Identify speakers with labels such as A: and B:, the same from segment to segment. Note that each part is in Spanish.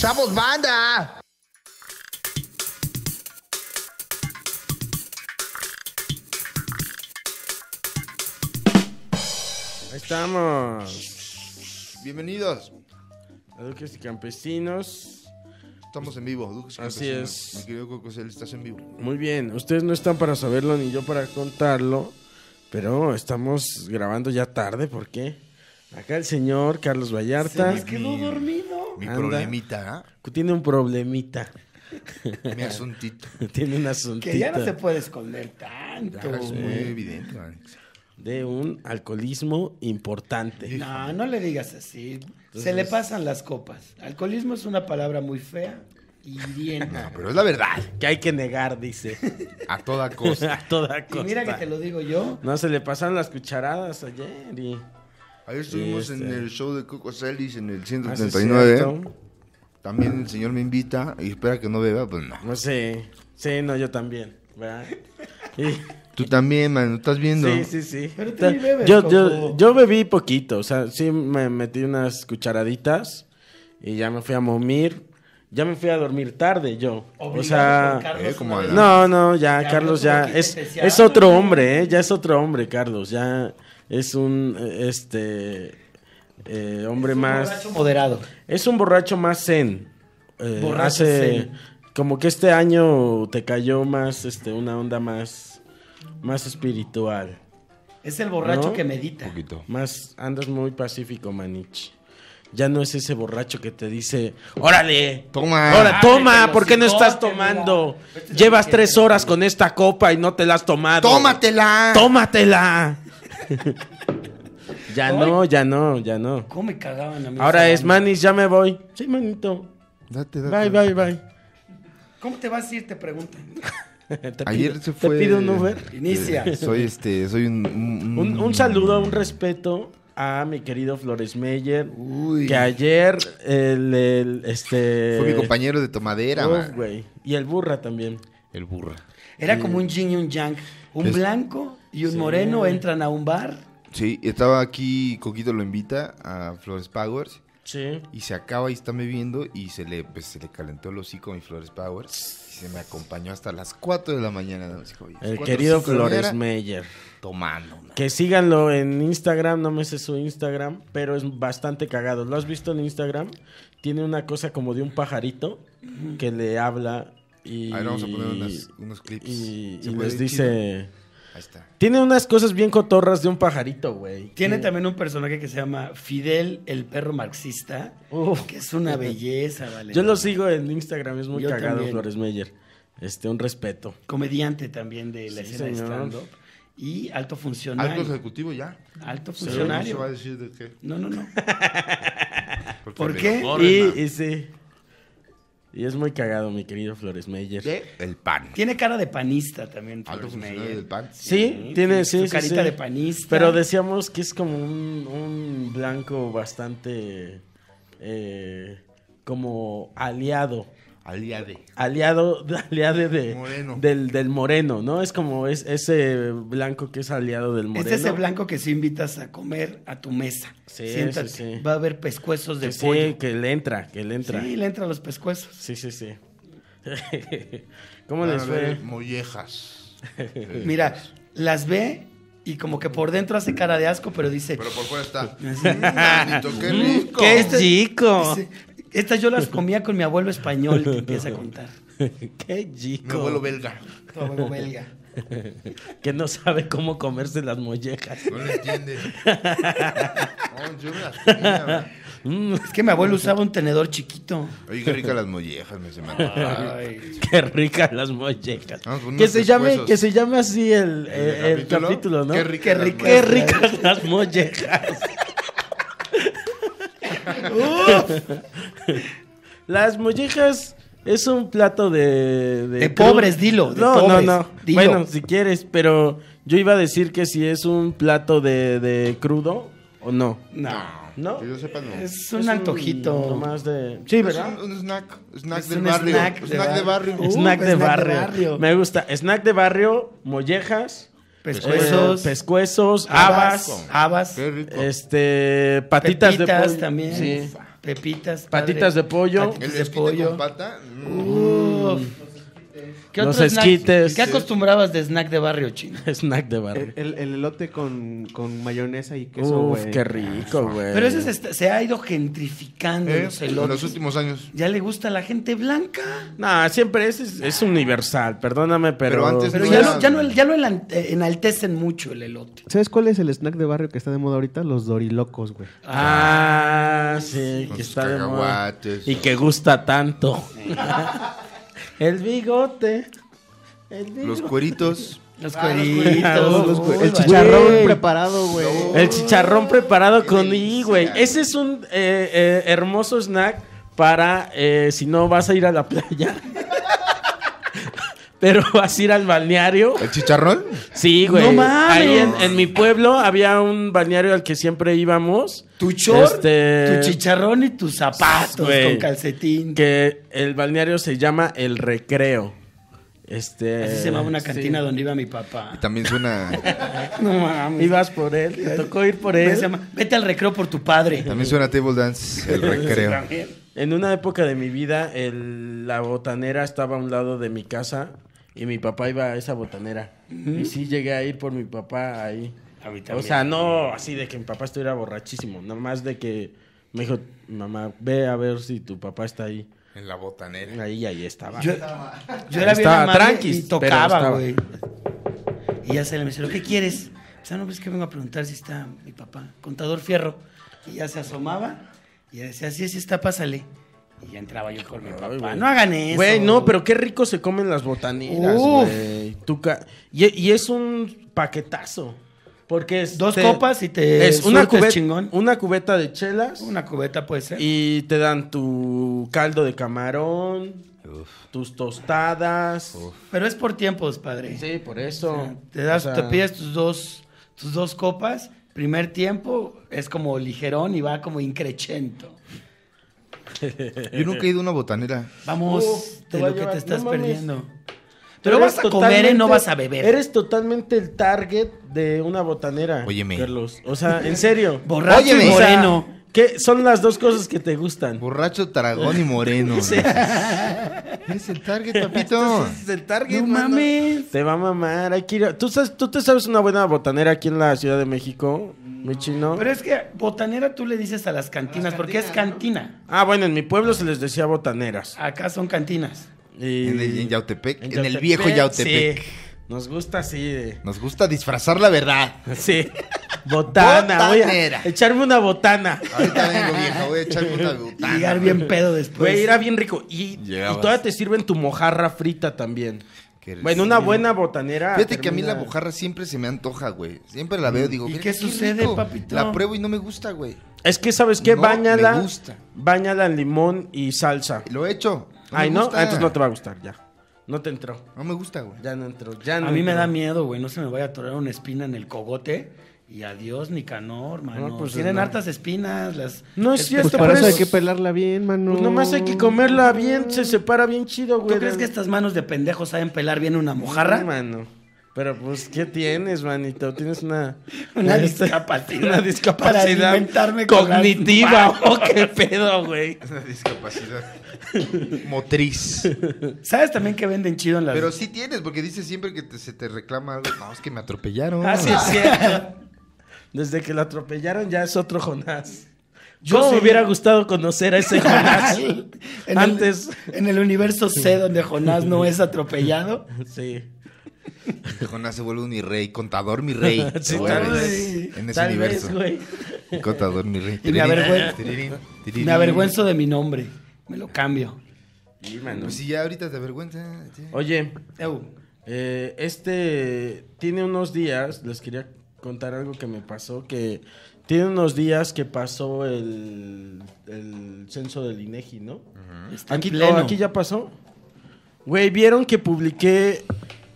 A: ¡Somos banda!
B: Ahí estamos.
C: Bienvenidos.
B: Duques y campesinos.
C: Estamos en vivo. Duques y
B: Así
C: Campesinos.
B: es.
C: Mi querido Cocosel, estás en vivo.
B: Muy bien, ustedes no están para saberlo ni yo para contarlo, pero estamos grabando ya tarde, ¿por qué? Acá el señor Carlos Vallarta
C: quedó dormido. Mi
B: Anda.
C: problemita,
B: tiene un problemita,
C: ¿ah? mi asuntito.
B: tiene un asuntito
D: Que ya no se puede esconder tanto.
C: Ah, es muy evidente. man.
B: de un alcoholismo importante.
D: No, no le digas así. Se le pasan las copas. Alcoholismo es una palabra muy fea y hiriente.
C: No, pero es la verdad.
B: Que hay que negar, dice,
C: A toda costa.
B: a toda
D: y
B: costa.
D: mira que te lo digo yo.
B: No, se le pasaron las cucharadas ayer y...
C: Ayer estuvimos en
B: Este.
C: el show de Coco Celis en el
B: Ah, sí,
C: 179.
B: cierto.
C: También el señor me invita y espera que no beba, pues no.
B: No sé, sí, no, yo también, ¿verdad? Y-
C: Tú también, man, ¿no estás viendo?
B: Sí, sí, sí.
D: Pero tú
B: Ta-
D: ni bebes,
B: yo, yo,
D: Coco.
B: yo bebí poquito, o sea, sí me metí unas cucharaditas y ya me fui a momir. Ya me fui a dormir tarde yo.
D: Obligado
B: o sea,
D: con Carlos
C: eh, como
D: una
C: a
D: vez.
C: la-
B: no, no, ya,
D: Ya,
B: Carlos
D: yo tuve
B: ya
D: que
B: es,
D: sentenciar,
B: es otro
D: ¿no?
B: hombre, ¿eh? Ya es otro hombre, Carlos, ya es un, eh, este, eh, hombre
D: Un
B: más...
D: borracho moderado.
B: Es un borracho más zen. Eh,
D: Borracho
B: hace-
D: zen.
B: Como que este año te cayó más, este, una onda más, más espiritual.
D: Es el borracho
B: ¿No?
D: que medita.
C: Poquito.
B: Más andas muy pacífico, Manich. Ya no es ese borracho que te dice, órale,
C: Toma.
B: ahora
D: Ah,
B: toma,
D: pero
B: ¿por qué no
D: si
B: estás
D: no, que
B: tomando?
D: mira, este es el
B: Llevas
D: que
B: tres
D: tiene.
B: horas con esta copa y no te la has tomado.
C: ¡Tómatela!
B: tómatela. ya
D: Ay.
B: no, ya no, ya no.
D: ¿Cómo me cagaban a mí?
B: Ahora
D: esa
B: es,
D: banda?
B: Manich, ya me voy. Sí, manito.
C: Date, date.
B: Bye, bye, bye.
D: ¿Cómo te vas a ir? Te preguntan.
B: Te
C: Ayer
B: pido-
C: se fue.
B: Te pido un Uber.
D: Inicia.
C: Eh, soy este, soy un. Un,
B: Un, un saludo, un respeto a mi querido Flores Meyer.
C: Uy.
B: Que ayer el, el, este
C: Fue mi compañero de tomadera,
B: Uf,
C: man.
B: güey. Y el burra también.
C: El burra.
D: Era como un yin y un yang. Un
C: Es-
D: blanco y un moreno entran a un bar.
C: Sí, estaba aquí, Coquito lo invita a Flores Powers
B: Sí.
C: y se acaba y está bebiendo y se le, pues, se le calentó el hocico a mi Flores Powers y se me acompañó hasta las 4 de la mañana. ¿no? Así como, oye,
B: El
C: cuatro,
B: querido
C: cinco de la
B: Flores
C: mañana,
B: Meyer.
C: Tomando. man.
B: Que síganlo en Instagram, no me sé su Instagram, pero es bastante cagado. ¿Lo has visto en Instagram? Tiene una cosa como de un pajarito que le habla y...
C: A ver, vamos a poner unas- unos clips.
B: Y,
C: ¿Se
B: y
C: puede,
B: les
C: chido?
B: dice...
C: Ahí está.
B: Tiene unas cosas bien cotorras de un pajarito, güey.
D: Tiene también un personaje que se llama Fidel, el perro marxista.
B: Uf.
D: Que es una belleza, vale.
B: Yo lo sigo en Instagram, es muy
D: Yo
B: cagado
D: también.
B: Flores Meyer. Este, un respeto.
D: comediante también de la
B: Sí,
D: escena de
B: señor.
D: stand-up y alto funcionario.
C: Alto
D: Alto,
C: ejecutivo ya. No se va a
D: funcionario.
C: decir de qué.
D: No, no, no.
C: Porque
D: ¿Por
C: me
D: qué?
C: lo
B: Y,
C: corren, man.
B: y sí. Y es muy cagado, mi querido Flores Meyer. Sí,
C: De el pan.
D: Tiene cara de panista también.
C: Alto
D: Flores
C: funcionario
D: Meyer.
C: del pan.
B: tiene,
D: tiene
B: sí,
D: su
B: sí,
D: carita
B: sí.
D: de panista.
B: Pero decíamos que es como un, un blanco bastante eh, como aliado.
C: Aliade.
B: Aliado, aliado de,
C: Moreno.
B: Del, del moreno, ¿no? Es como es, ese blanco que es aliado del moreno.
D: Este es el blanco que sí invitas a comer a tu mesa.
B: Sí,
D: Siéntate.
B: sí, sí.
D: Va a haber pescuezos de
B: Que sí,
D: pollo.
B: que le entra, que le entra.
D: Sí, le entran los pescuezos.
B: Sí, sí, sí. ¿Cómo
C: Van a
B: les
C: ver
B: fue?
C: Mollejas.
D: Mira, las ve y como que por dentro hace cara de asco, pero dice...
C: Pero por fuera está. Mm, manito, qué rico.
B: ¡Qué
D: Este-
B: chico!
D: dice, Estas yo las comía con mi abuelo español, te empieza a contar.
B: ¡Qué chico!
C: Mi abuelo belga.
D: Tu abuelo belga.
B: que no sabe cómo comerse las mollejas.
C: No lo entiende. No, yo me las comía, man.
B: Mm,
D: Es que mi abuelo usaba un tenedor chiquito.
C: Oye, qué ricas las mollejas, me se me antojaron.
B: ¡Qué ricas las mollejas!
C: Vamos con
B: que,
C: Ah, pues, unos
B: se llame,
C: pescuezos.
B: que se llame así el, el-
C: eh,
B: el capítulo, ¿no?
C: Qué
D: Qué
C: ricas.
D: rica-
B: ¡Qué
C: las mollejas.
B: ricas las mollejas! las mollejas es un plato de...
D: De pobres, dilo, de
B: no,
D: pobres,
B: no, no.
D: dilo.
B: Bueno, si quieres, pero yo iba a decir que si es un plato de, de crudo o no.
D: No.
B: ¿No?
C: Que yo sepa, no. Es pues,
D: Es un antojito.
B: Nomás de... Sí, ¿verdad?
C: un, un snack. Snack
D: Es
C: del
D: un
C: barrio.
D: snack
C: Snack,
D: de
C: de barrio.
D: barrio. Uh,
B: snack de
D: snack de
B: barrio.
D: barrio.
B: Me gusta. Snack de barrio, mollejas.
D: Pescuezos.
B: Eh, pescuezos,
D: Habas.
B: habas,
D: Habas.
C: Qué rico.
B: este, patitas de
D: pepitas
B: pollo.
D: también.
B: Sí.
D: Pepitas. padre.
B: Patitas de pollo.
D: Pati-
C: El
D: de
C: esquite
D: pollo.
C: con pata. mm,
D: Uf. ¿Qué
B: Los
D: otro snack-
B: esquites.
D: ¿Qué acostumbrabas de snack de barrio chino?
B: Snack de barrio.
D: Eh,
A: El, el- el elote con, con mayonesa y queso,
B: Uf,
A: güey. Ah.
B: qué rico, güey.
D: Ah, Pero ese se, está- se ha ido gentrificando
C: eh,
D: los
C: en
D: elotes.
C: los últimos años.
D: Ya le gusta a la gente blanca.
B: Nah, siempre es, es, es universal, perdóname, pero...
C: Pero antes
D: Pero
C: No
D: ya,
C: era-
D: lo, ya, no- ya lo elan- eh, enaltecen mucho el elote.
A: ¿Sabes cuál es el snack de barrio que está de moda ahorita? Los dorilocos, güey.
B: Este, Ah, sí,
C: Con
B: que
C: sus
B: está de moda.
C: cacahuates.
B: Y que gusta tanto. el bigote. El
C: Los
B: bigote.
C: cueritos.
D: Los
B: cueritos,
D: cueritos.
A: Ah, Los
D: uy,
A: cue- el
D: vale.
A: chicharrón
B: Güey.
A: preparado, güey.
C: No.
B: El
D: Oh,
B: chicharrón preparado con I,
C: delicia.
B: güey. Ese es un eh, eh, hermoso snack para eh, si no vas a ir a la playa. Pero vas a ir al balneario.
C: ¿El chicharrón?
B: Sí, güey.
D: ¡No mames!
B: Ahí en, en mi pueblo había un balneario al que siempre íbamos.
D: Tu short,
B: Este-
D: tu chicharrón y tus zapatos
B: Güey.
D: con calcetín.
B: Que el balneario se llama El Recreo. Este.
D: Así se llamaba una cantina
B: sí.
D: donde iba mi papá.
C: También suena,
D: No mames.
B: Ibas por él, te tocó ir por
D: Se
B: él.
D: llama, Vete al recreo por tu padre.
C: también suena table dance, el recreo.
B: En una época de mi vida, el- la botanera estaba a un lado de mi casa y mi papá iba a esa botanera. Y sí llegué a ir por mi papá ahí.
D: A mí
B: O
D: también.
B: sea, no así de que mi papá estuviera borrachísimo, nomás de que me dijo, mamá, ve a ver si tu papá está ahí.
C: En la botanera.
B: Ahí, ahí estaba.
D: Yo, yo era bien
B: Estaba
D: amable
B: tranquis,
D: y
B: pero
D: tocaba,
B: estaba.
D: güey. Y ya se le mencionó, ¿qué quieres? O sea, no, pues que vengo a preguntar si está mi papá, contador fierro. Y ya se asomaba y ya decía, sí, sí está, pásale. Y ya entraba yo con mi papá.
B: güey.
D: No hagan eso.
B: Güey, no, pero qué rico se comen las botaneras,
D: Uf.
B: güey. Tu ca- Y, y es un paquetazo. Porque es.
D: Dos
B: te-
D: copas y te
B: Es una
D: surtes
B: cubeta,
D: chingón.
B: una cubeta de chelas.
D: Una cubeta puede ser.
B: Y te dan tu caldo de camarón, tus tostadas.
D: Pero es por tiempos, padre.
B: Sí, por eso.
D: Te das,
B: O sea,
D: te pides tus dos, tus dos copas. Primer tiempo es como ligerón y va como increchento.
C: Yo nunca he ido a una botanera.
D: Vamos
B: Uf, te
D: de
B: va a
D: lo que
B: llevar-
D: te estás
B: no mames.
D: perdiendo.
B: Pero
D: Pero vas
B: eres
D: a comer, ¿eh?
B: totalmente-
D: no vas a beber.
B: Eres totalmente el target de una botanera.
C: Óyeme.
B: Carlos. O sea, en serio.
D: borracho
C: Óyeme.
D: y
B: O sea,
D: moreno.
B: ¿qué son las dos cosas que te gustan?
C: Borracho, taragón y moreno. Eres el target, papito.
B: el target,
D: No mames.
B: Te va a mamar, hay que ir a- ¿Tú, sabes- ¿Tú te sabes una buena botanera aquí en la Ciudad de México, mi chino?
D: Pero es que botanera tú le dices a las cantinas, porque es cantina.
B: Ah, bueno, en mi pueblo se les decía botaneras.
D: Acá son cantinas.
B: Y-
C: En el en Yautepec, en, el
B: Yautepec,
C: viejo Yautepec.
B: sí. Nos gusta así de...
C: Nos gusta disfrazar la verdad.
B: Sí. Botana, voy
C: Botanera. Pues,
B: a echarme una botana.
C: Ahorita vengo, vieja, voy a echarme una botana.
D: Llegar bien pedo después.
B: Ah, Güey, era bien rico. Y, y
C: Llegabas.
B: todavía te sirven tu mojarra frita también.
C: Qué rico.
B: Bueno, una buena botanera.
C: Fíjate que a mí la
B: termina-
C: mojarra siempre se me antoja, güey. Siempre la veo, digo,
D: ¿Y
C: mira,
D: qué sucede,
C: rico.
D: papito?
C: La pruebo y no me gusta, güey.
B: Es que, ¿sabes qué?
C: No,
B: Báñala.
C: me gusta.
B: Báñala en limón y salsa.
C: Lo he hecho. me
B: Ay, ¿no?
C: gusta.
B: Ah, entonces no te va a gustar, ya. No te entró.
C: No me gusta, güey.
B: Ya no entró, ya no
D: A mí me
B: entró.
D: da miedo, güey, no se me vaya a atorar una espina en el cogote. Y adiós, Nicanor, mano.
B: No, pues,
D: Tienen
B: no.
D: hartas espinas las...
B: No es
A: Pues
B: cierto,
A: para
B: pero
A: eso hay
B: es-
A: que pelarla bien, mano.
B: Pues nomás hay que comerla bien, se separa bien chido,
D: ¿Tú
B: güey.
D: crees que estas manos de pendejo saben pelar bien una
B: Sí,
D: mojarra?
B: mano. Pero pues, ¿qué tienes, manito? Tienes una...
D: Una
B: este-
D: discapacidad.
B: Una
D: Para
B: discapacidad
D: alimentarme con las
B: cognitiva.
D: manos.
B: Oh, qué pedo, güey.
C: Una discapacidad motriz.
D: ¿Sabes también que venden chido en las...
C: Pero sí tienes, porque dices siempre que te- se te reclama algo. No, es que me atropellaron.
B: Ah, sí, es cierto. Desde que lo atropellaron ya es otro Jonás. Yo
D: Yo
B: me
D: sí.
B: hubiera gustado conocer a ese Jonás
D: En
B: antes.
D: El, en el universo C, donde Jonás no es atropellado.
B: Sí.
C: Jonás se vuelve un mi rey, contador mi rey.
B: Sí,
C: Te
B: tal
C: vuelves
B: vez.
C: En ese
B: Tal
C: universo.
B: vez, güey.
C: Contador mi rey.
D: Y me avergüen-
C: Tirirín, tirirín.
D: Me avergüenzo de mi nombre. Me lo cambio.
C: Pues si ya ahorita te avergüenza. sí.
B: Oye,
D: Eu,
B: eh, este tiene unos días, les quería contar algo que me pasó, que tiene unos días que pasó el, el censo del INEGI, ¿no?
D: está en
B: Aquí,
D: pleno.
B: oh, aquí ya pasó. Güey, vieron que publiqué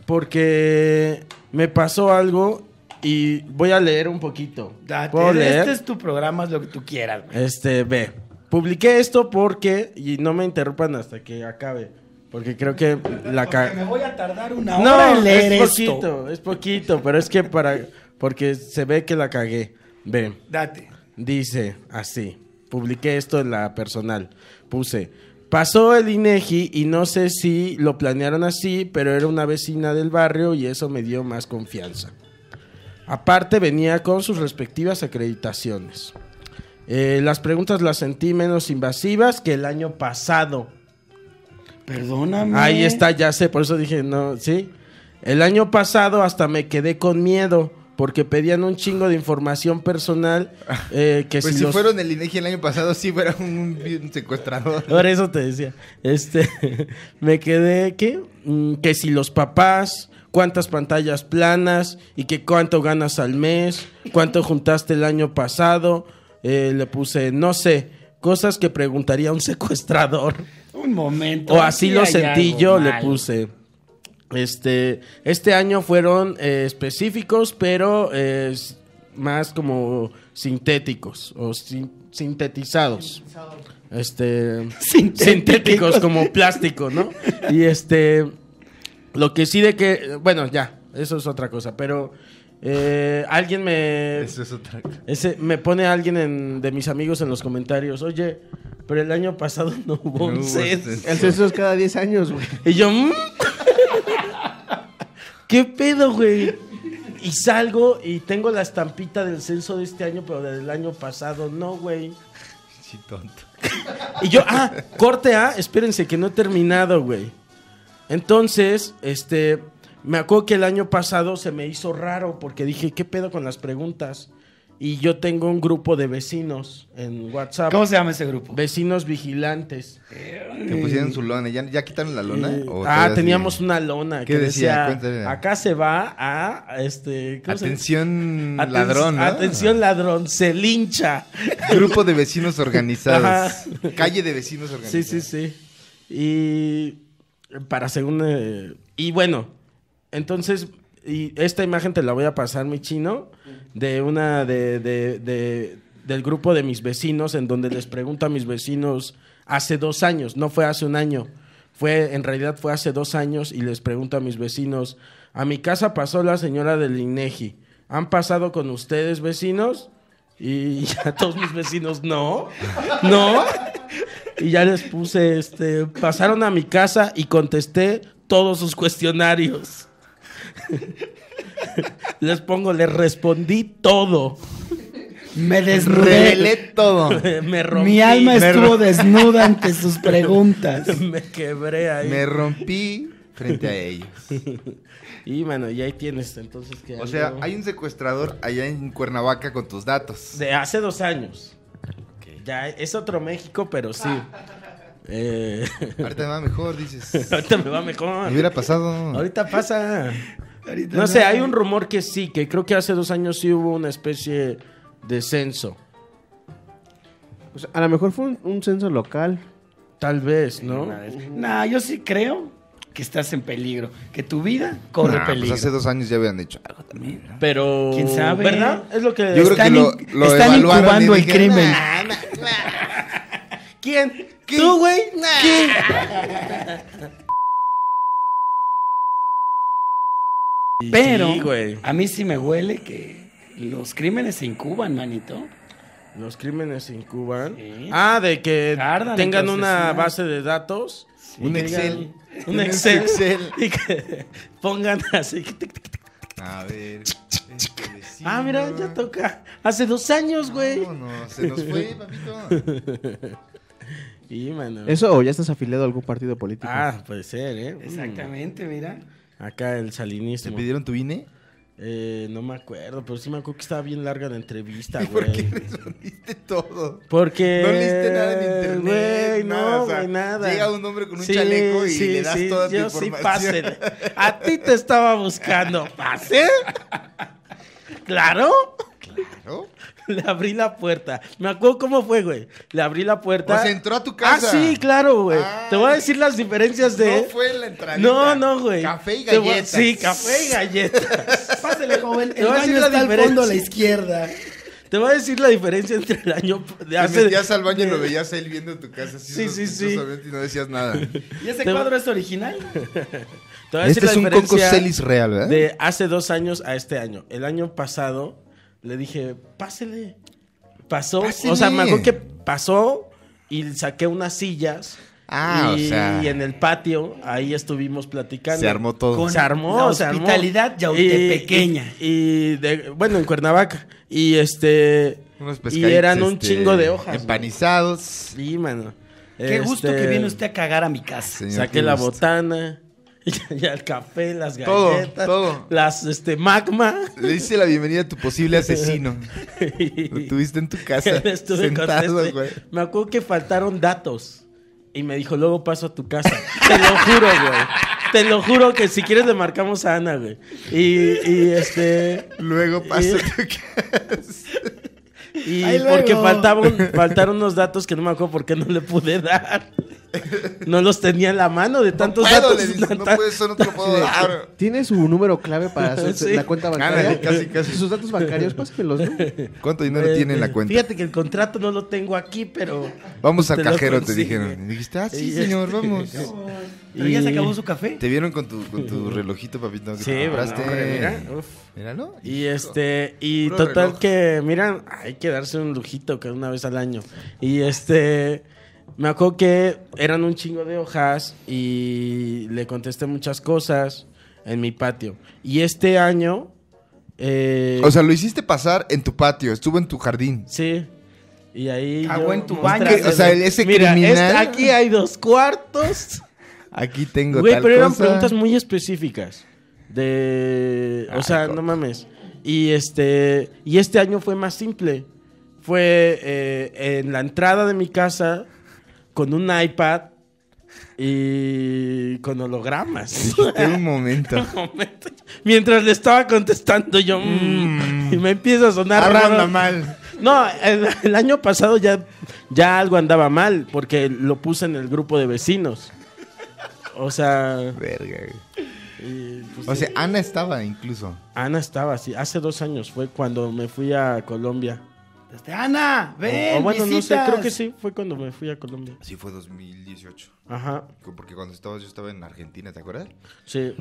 B: porque me pasó algo y voy a leer un poquito.
D: Date,
B: ¿Puedo leer?
D: este es tu programa, es lo que tú quieras, güey.
B: Este, ve. Publiqué esto porque, y no me interrumpan hasta que acabe, Porque creo que la... ca-
D: Me voy a tardar una hora en leer
B: es
D: esto.
B: poquito, es poquito, pero es que para... Porque se ve que la cagué. Ve,
D: Date.
B: dice así. Publiqué esto en la personal. Puse, pasó el INEGI y no sé si lo planearon así, pero era una vecina del barrio y eso me dio más confianza. Aparte venía con sus respectivas acreditaciones. Eh, las preguntas las sentí menos invasivas que el año pasado.
D: Perdóname.
B: Ahí está, ya sé, por eso dije, no, sí. El año pasado hasta me quedé con miedo porque pedían un chingo de información personal eh, que
C: Pues
B: si,
C: si
B: los-
C: fueron el INEGI el año pasado, sí fuera un, un secuestrador.
B: Por eso te decía, este, me quedé, ¿qué? Mm, Que si los papás, cuántas pantallas planas y que cuánto ganas al mes, cuánto juntaste el año pasado, Eh, le puse, no sé, cosas que preguntaría un secuestrador.
D: Un momento.
B: O así
D: aquí
B: lo
D: hay
B: sentí
D: algo
B: yo, le
D: mal.
B: puse. Este, este año fueron eh, específicos, pero eh, s- más como sintéticos o sin- sintetizados. Este,
D: Sintéticos.
B: sintéticos como plástico, ¿no? Y este, lo que sí de que, bueno, ya, eso es otra cosa, pero eh, alguien me...
C: Eso es otra cosa.
B: Ese, me pone alguien en- de mis amigos en los comentarios, oye, pero el año pasado no hubo
C: No
B: un
C: hubo
B: CES".
C: CES.
A: El censo Pues es cada 10 años, güey.
B: Y yo, "Mm". ¿qué pedo, güey? Y salgo y tengo la estampita del censo de este año, pero del año pasado, no, güey.
C: Sí, tonto.
B: Y yo, ah, corte A, espérense que no he terminado, güey. Entonces, este, me acuerdo que el año pasado se me hizo raro porque dije, ¿qué pedo con las preguntas? Y yo tengo un grupo de vecinos en WhatsApp.
D: ¿Cómo se llama ese grupo?
B: Vecinos vigilantes.
C: Te pusieron su lona. ¿Ya, ya quitaron la lona?
B: Eh,
C: ¿O
B: ah,
C: todavía
B: teníamos
C: sigue?
B: una lona
C: ¿Qué
B: que
C: decía?
B: decía,
C: Cuéntale.
B: acá se va a, este, ¿cómo se-
C: Atención,
B: Aten-
C: ladrón. ¿no?
B: Atención ladrón, se lincha.
C: Grupo de vecinos organizados.
B: Ajá.
C: Calle de vecinos
B: Sí,
C: organizados.
B: sí, sí. Y para según... eh, y bueno, entonces, y esta imagen te la voy a pasar, mi chino, de una de, de- de- del grupo de mis vecinos, en donde les pregunto a mis vecinos hace dos años, no fue hace un año, fue en realidad fue hace dos años y les pregunto a mis vecinos, a mi casa pasó la señora del INEGI, ¿han pasado con ustedes vecinos? Y a todos mis vecinos, no, no. Y ya les puse, este, pasaron a mi casa y contesté todos sus cuestionarios. les pongo, les respondí todo.
D: Me
C: Revelé
D: desnudé.
C: todo.
B: me rompí.
D: Mi alma
B: me,
D: estuvo desnuda ante sus preguntas.
B: me quebré ahí.
C: Me rompí frente a ellos.
B: Y bueno, y ahí tienes, entonces que
C: O sea,
B: algo
C: hay un secuestrador allá en Cuernavaca con tus datos.
B: de hace dos años. Ya es otro México, pero sí. Eh,
C: Ahorita me va mejor, dices.
B: ahorita me va
C: Me
B: mejor.
C: hubiera pasado.
B: Ahorita pasa.
D: Ahorita
B: No sé, hay un rumor que sí, que creo que hace dos años sí hubo una especie de censo.
A: O sea, Pues a lo mejor fue un, un censo local.
B: Tal vez, ¿no?
D: Una vez. Nah, yo sí creo que estás en peligro. Que tu vida corre
C: Nah, pues
D: peligro.
C: hace dos años ya habían hecho algo también.
B: Pero.
D: ¿Quién sabe?
B: ¿Verdad? Es lo que.
C: Yo creo que
D: están
C: lo,
D: in-
C: lo
D: están
C: evaluaron
D: incubando
C: y
D: el
C: dijeron,
D: crimen.
B: Ah,
C: "Nah, nah,
B: ¿Quién? ¿Tú, güey? ¿Quién?
D: Pero
B: Sí, güey.
D: a mí sí me huele que los crímenes se incuban, manito.
B: Los crímenes se incuban.
D: Sí.
B: Ah, de que
D: Tardan en
B: tengan una
D: procesar.
B: base de datos.
C: Un
B: y
C: Excel.
B: digan-
C: Un
B: Un Excel.
C: Excel.
B: Y que pongan así. tic, tic, tic, tic.
C: A ver. este vecino.
B: Ah, mira, ya toca. Hace dos años, güey.
C: Vámonos, se nos fue, papito.
B: Y, mano.
A: ¿Eso o ya estás afiliado a algún partido político?
B: Ah, puede ser, ¿eh?
D: Exactamente, mira.
B: Acá el
C: ¿Te
B: salinismo.
C: pidieron tu E? INE?
B: Eh, no me acuerdo, pero sí me acuerdo que estaba bien larga la entrevista,
C: ¿Y por qué
B: güey.
C: respondiste todo?
B: Porque.
C: No leíste nada en internet.
B: Güey,
C: nada,
B: no,
C: o sea,
B: güey, nada.
C: Llega un hombre con un
B: Sí,
C: chaleco y
B: sí,
C: le das
B: sí,
C: toda tu
B: yo sí,
C: información.
B: pásele. A ti te estaba buscando. ¿Pase? ¿Claro?
C: Claro.
B: Le abrí la puerta. Me acuerdo cómo fue, güey. Le abrí la puerta.
C: O sea, entró a tu casa.
B: Ah, sí, claro, güey.
C: Ay.
B: Te voy a decir las diferencias de.
C: No fue la entrada.
B: No, no, güey.
C: Café y
B: Te voy-
C: galletas.
B: Sí, café y galletas.
D: Pásele, joven.
B: Te
D: El
B: voy a decir
D: baño
B: la
D: está al
B: diferencia.
D: fondo a la izquierda.
B: Te voy a decir la diferencia entre el año de
C: Te
B: hace.
C: metías al baño y lo veías a él viendo tu casa. Así
B: Sí, sí, sí.
C: sospechosamente, Y no decías nada.
D: ¿Y ese
B: Te-
D: cuadro es original?
B: Te voy a decir
C: Este es
B: la
C: un Coco
B: diferencia
C: Celis real, ¿verdad?
B: de hace dos años a este año. El año pasado le dije, pásele. Pasó. O sea,
C: Pásele.
B: me acuerdo que pasó y saqué unas sillas.
C: Ah,
B: y,
C: o sea.
B: y en el patio, ahí estuvimos platicando.
C: Se armó todo.
D: Con-
B: se armó,
D: la
B: se armó.
D: hospitalidad yautepequeña.
B: Y, y de- bueno, en Cuernavaca. Y este.
C: Unos
B: y
C: pescaditos,
B: eran un
C: este,
B: chingo de hojas. güey.
C: Empanizados.
B: Sí, mano.
D: Qué gusto
B: Este,
D: que viene usted a cagar a mi casa.
C: Sí. Señor,
B: Saqué
C: qué
B: la
C: gusto.
B: botana, ya, ya el café, las
C: Todo,
B: galletas,
C: todo.
B: las este magma.
C: Le diste la bienvenida a tu posible asesino. Lo
B: Y
C: tuviste en tu casa.
B: le estuve este.
C: sentado,
B: conteste.
C: güey.
B: Me acuerdo que faltaron datos. Y me dijo, luego paso a tu casa. Te lo juro, güey. Te lo juro que si quieres le marcamos a Ana, güey. Y, y este.
C: Luego pasó
B: Y-
C: tu casa.
B: Y
D: Ahí luego.
B: porque faltaban, faltaron unos datos que no me acuerdo por qué no le pude dar. No los tenía en la mano de tantos
C: puedo,
B: datos.
C: le dices,
B: tan-
C: no
B: tan-
C: puedo, eso no te lo puedo dar.
A: Tiene su número clave para su-
B: Ah. Sí.
A: la cuenta bancaria.
C: Ándale, casi, casi.
A: Sus datos bancarios, pásenmelos, ¿no?
C: ¿Cuánto dinero tiene en la
B: Eh,
C: cuenta?
B: Fíjate que el contrato no lo tengo aquí, pero.
C: Vamos al
B: te lo
C: cajero, te
B: consigue.
C: dijeron. Y dijiste, ah, sí,
B: Y
C: señor,
B: este-
C: vamos.
D: ¿Pero ya se
B: Y-
D: acabó su café?
C: Te vieron con tu, con tu relojito, papito. Que
B: Sí,
C: te
B: bueno,
C: compraste.
B: hombre, mira. uf.
C: Míralo.
B: Y este, y
C: Puro
B: total
C: reloj.
B: que, miran, hay que darse un lujito que una vez al año. Y este, me acuerdo que eran un chingo de hojas y le contesté muchas cosas en mi patio. Y este año, eh,
C: O sea, lo hiciste pasar en tu patio, estuvo en tu jardín.
B: sí. Y ahí.
D: Cagó
B: yo
D: en tu
B: mostré-
D: baño.
C: O sea, ese
B: Mira,
C: criminal-
B: este- aquí hay dos cuartos.
C: Aquí tengo
B: Güey,
C: tal
B: pero eran
C: cosa.
B: preguntas muy específicas. De. O
C: Ay,
B: sea,
C: Coco.
B: no mames. Y este. Y este año fue más simple. Fue eh, en la entrada de mi casa con un iPad y con hologramas.
C: Dijiste un momento.
B: Mientras le estaba contestando yo. mm, y me empieza a sonar
C: Ahora
B: raro.
C: anda mal.
B: No, el, el año pasado ya, ya algo andaba mal porque lo puse en el grupo de vecinos. O sea.
C: Verga, güey.
B: Y, pues,
C: O
B: sí.
C: sea, Ana estaba incluso.
B: Ana estaba así. Hace dos años fue cuando me fui a Colombia.
D: Este, Ana, ven,
B: o, o bueno, no
D: visitas.
B: sé, creo que sí, fue cuando me fui a Colombia.
C: Sí, fue 2018.
B: Ajá,
C: Porque cuando estabas, yo estaba en Argentina, ¿te acuerdas?
B: sí.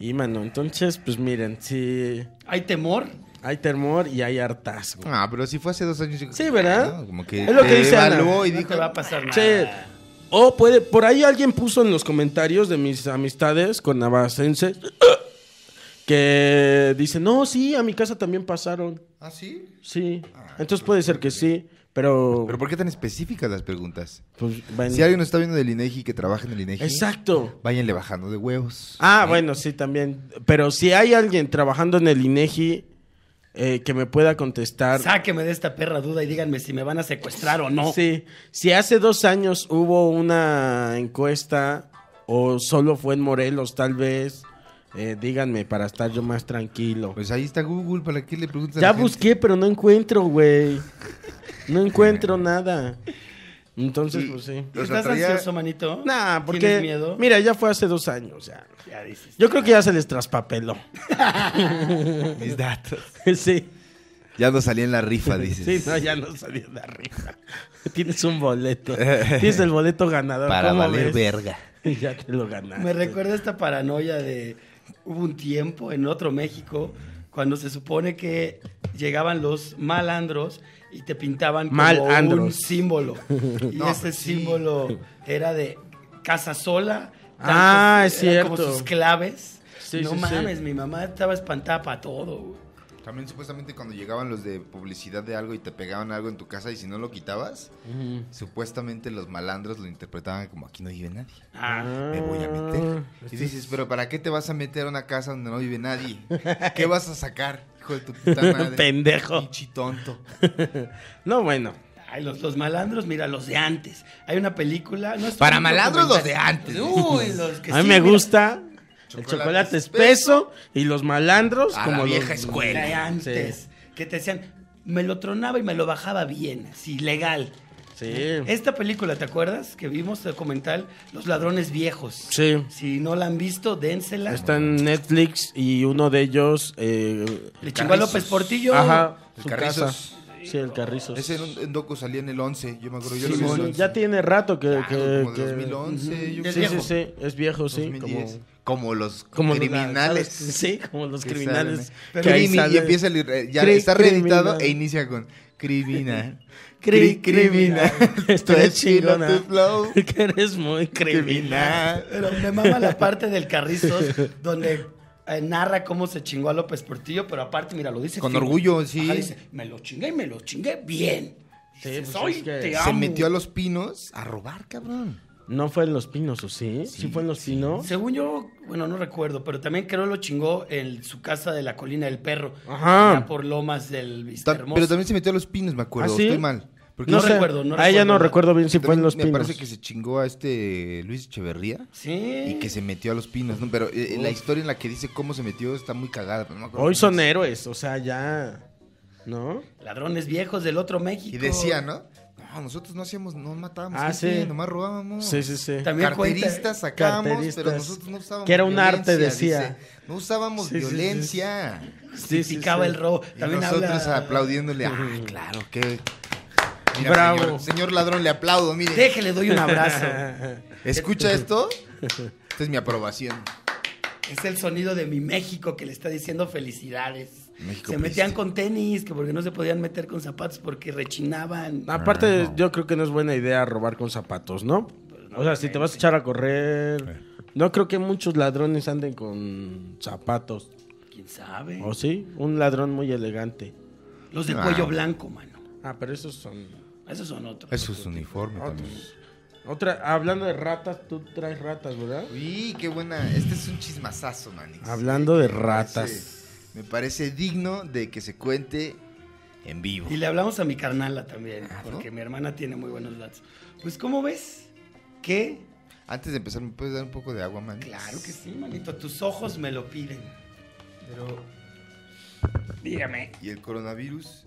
B: Y mano, entonces, pues miren, sí.
D: ¿Hay temor?
B: Hay temor y hay hartazgo.
C: Ah, pero si fue hace dos años. yo-
B: Sí, ¿verdad?
C: No, Como que Ah,
B: Es lo que
C: te
B: dice Ana.
C: evaluó y
D: no
C: dijo,
D: te va a pasar nada.
B: "Ah, Sí. O puede, por ahí alguien puso en los comentarios de mis amistades con navacenses que dice, no, sí, a mi casa también pasaron.
C: ¿ah, sí?
B: Sí. Entonces puede ser que sí, pero.
C: Pero ¿por qué tan específicas las preguntas?
B: pues, bueno.
C: Si alguien nos está viendo del INEGI que trabaja en el INEGI,
B: Exacto.
C: váyanle bajando de huevos.
B: Ah, bueno, sí, también. Pero si hay alguien trabajando en el INEGI eh, que me pueda contestar.
D: Sáqueme de esta perra duda y díganme si me van a secuestrar o no.
B: Sí. Si hace dos años hubo una encuesta o solo fue en Morelos, tal vez, eh, díganme para estar yo más tranquilo.
C: Pues ahí está Google, ¿para qué le preguntas?
B: ya
C: a la gente?
B: busqué, pero no encuentro, güey. No encuentro nada. Entonces, pues sí.
C: Los
D: ¿Estás
C: atraía-
D: ansioso, manito?
B: Nah, porque.
D: ¿Tienes miedo?
B: Mira, ya fue hace dos años, ya.
D: Ya dices.
B: Yo creo que ya se les traspapeló.
C: Mis datos.
B: sí.
C: Ya no salía en la rifa, dices.
B: Sí, no, ya no salió de arriba. Tienes un boleto. Tienes el boleto ganador.
C: Para
B: ¿cómo
C: valer
B: ves?
C: verga.
B: Ya te lo ganaste.
D: Me recuerda esta paranoia de hubo un tiempo en otro México cuando se supone que llegaban los malandros y te pintaban como
B: Malandros.
D: un símbolo. Y
C: No,
D: ese
C: sí.
D: símbolo era de casa sola.
B: Ah,
D: tantos-
B: es
D: eran Como
B: cierto.
D: sus claves.
B: Sí,
D: no
B: sí, sí.
D: mames, mi mamá estaba espantada para todo. güey.
C: También supuestamente cuando llegaban los de publicidad de algo y te pegaban algo en tu casa y si no lo quitabas,
B: Ujú.
C: supuestamente los malandros lo interpretaban como aquí no vive nadie.
D: Ah,
C: Me voy a meter.
B: Ah,
C: Y dices, pero ¿para qué te vas a meter a una casa donde no vive nadie? ¿Qué vas a sacar, hijo de tu puta madre?
B: Pendejo.
C: Pinche tonto.
B: No, bueno.
D: ay, los, los malandros, mira, los de antes. Hay una película. no, esto
C: Para
D: no lo
C: malandros, los de
D: comentaste.
C: antes.
D: Uy, los que
B: A mí
D: sí,
B: me
D: mira,
B: gusta el
C: Chocolate
B: chocolate espeso
C: espeso
B: y los malandros
C: A la
B: como
C: vieja
B: los...
C: escuela.
D: de antes. Que te decían, me lo tronaba y me lo bajaba bien, así, legal.
B: Sí.
D: Esta película, ¿te acuerdas? Que vimos documental, Los Ladrones Viejos.
B: Sí.
D: Si no la han visto, dénsela.
B: Está en Netflix y uno de ellos... eh,
D: Le chingó a López Portillo.
B: Ajá.
C: El
B: Su
C: Carrizos.
B: casa. Sí, el Carrizos.
C: Ese en, un- en Doku salía en el 11, yo me acuerdo. Yo
B: Sí,
C: lo vi en el
B: sí,
C: 11.
B: ya tiene rato que...
C: Ah,
B: que-
C: como
B: que-
C: de 2011, yo
D: Ya
B: Sí,
C: creo.
B: sí, sí, es viejo, sí.
C: 2010.
B: Como,
C: Como, los
B: como los-
C: criminales.
B: ¿sabes? Sí, como los
C: que
B: criminales.
C: salen,
B: que
C: ¿eh?
B: ahí
C: Crimi, y
B: salen.
C: empieza el, irre- ya
B: Cri-
C: está reeditado
B: criminal.
C: e inicia con criminal. Cri-
B: Cri-
C: criminal.
B: Estoy
C: Tres
B: chingona.
C: kilos de flow.
B: que eres muy criminal.
C: Criminal.
D: Pero me mama la parte del Carrizos donde eh, narra cómo se chingó a López Portillo, pero aparte, mira, lo dice.
C: Con
D: firme.
C: orgullo, sí.
D: Ajá, dice, me lo chingué y me lo chingué bien.
B: Sí,
D: Dices,
B: pues,
D: "Ay,
B: es que
D: te
B: se
C: Se
D: amo".
C: metió a los pinos a robar, cabrón.
B: No fue en Los Pinos, ¿o sí? Sí, fue en Los Pinos.
D: Según yo, bueno, no recuerdo, pero también creo lo chingó en su casa de la colina del perro.
B: Ajá.
D: allá por lomas del
C: Ta-
D: Vista Hermosa.
C: pero también se metió a los pinos, me acuerdo.
B: ¿Ah, sí?
C: Estoy mal. Porque
B: no
D: no
B: sé,
D: recuerdo, no
B: a ella no
D: recuerdo.
B: recuerdo bien si fue en
C: también
B: Los
C: me
B: Pinos.
C: parece que se chingó a este Luis Echeverría.
D: Sí.
C: Y que se metió a los pinos, ¿no? Pero eh, la historia en la que dice cómo se metió está muy cagada. pero no me acuerdo
B: Hoy
C: cómo
B: son
C: es.
B: héroes, o sea, ya. ¿No?
D: Ladrones viejos del otro México.
C: Y decía, ¿no? No, nosotros no hacíamos, no matábamos.
B: Ah,
C: Ah, sí.
B: sí.
C: Nomás robábamos.
B: Sí, sí, sí.
D: También cuenta-
C: Carteristas sacamos, pero
B: Carteristas.
C: nosotros no usábamos
B: Que era un arte,
C: violencia,
B: decía.
C: dice. no usábamos
B: Sí, sí, sí.
C: violencia.
B: Sí, sí,
D: Justificaba
B: sí.
D: el robo.
C: Y
D: También
C: nosotros
D: habla-
C: aplaudiéndole. Ah, claro, que... Mira,
B: Bravo.
C: Señor, señor ladrón, le aplaudo, mire.
D: Déjele, doy un abrazo.
C: ¿Escucha esto? Esta es mi aprobación.
D: es el sonido de mi México que le está diciendo felicidades.
C: México
D: se metían
C: triste.
D: con tenis, que porque no se podían meter con zapatos porque rechinaban.
C: Ah.
B: Aparte, yo creo que Ah, no es buena idea robar con zapatos, ¿no? O sea, si te vas a echar a correr. No creo que muchos ladrones anden con zapatos.
D: ¿Quién sabe?
B: ¿O sí? Un ladrón muy elegante.
D: Los de
C: Ah.
D: cuello blanco, mano.
B: Ah, pero esos son.
D: Esos son otros.
C: Eso es uniforme también.
B: Otra, hablando de ratas, tú traes ratas, ¿verdad?
C: Uy, qué buena. Este es un chismazazo, manix.
B: Hablando de
C: Me parece-
B: ratas.
C: Me parece digno de que se cuente en vivo.
D: Y le hablamos a mi carnala también,
C: Ah, ¿no?
D: porque mi hermana tiene muy buenos datos. Pues, ¿cómo ves? Que,
C: Antes de empezar, ¿me puedes dar un poco de agua, man?
D: claro que sí, manito, tus ojos me lo piden. Pero, dígame,
C: ¿Y el coronavirus?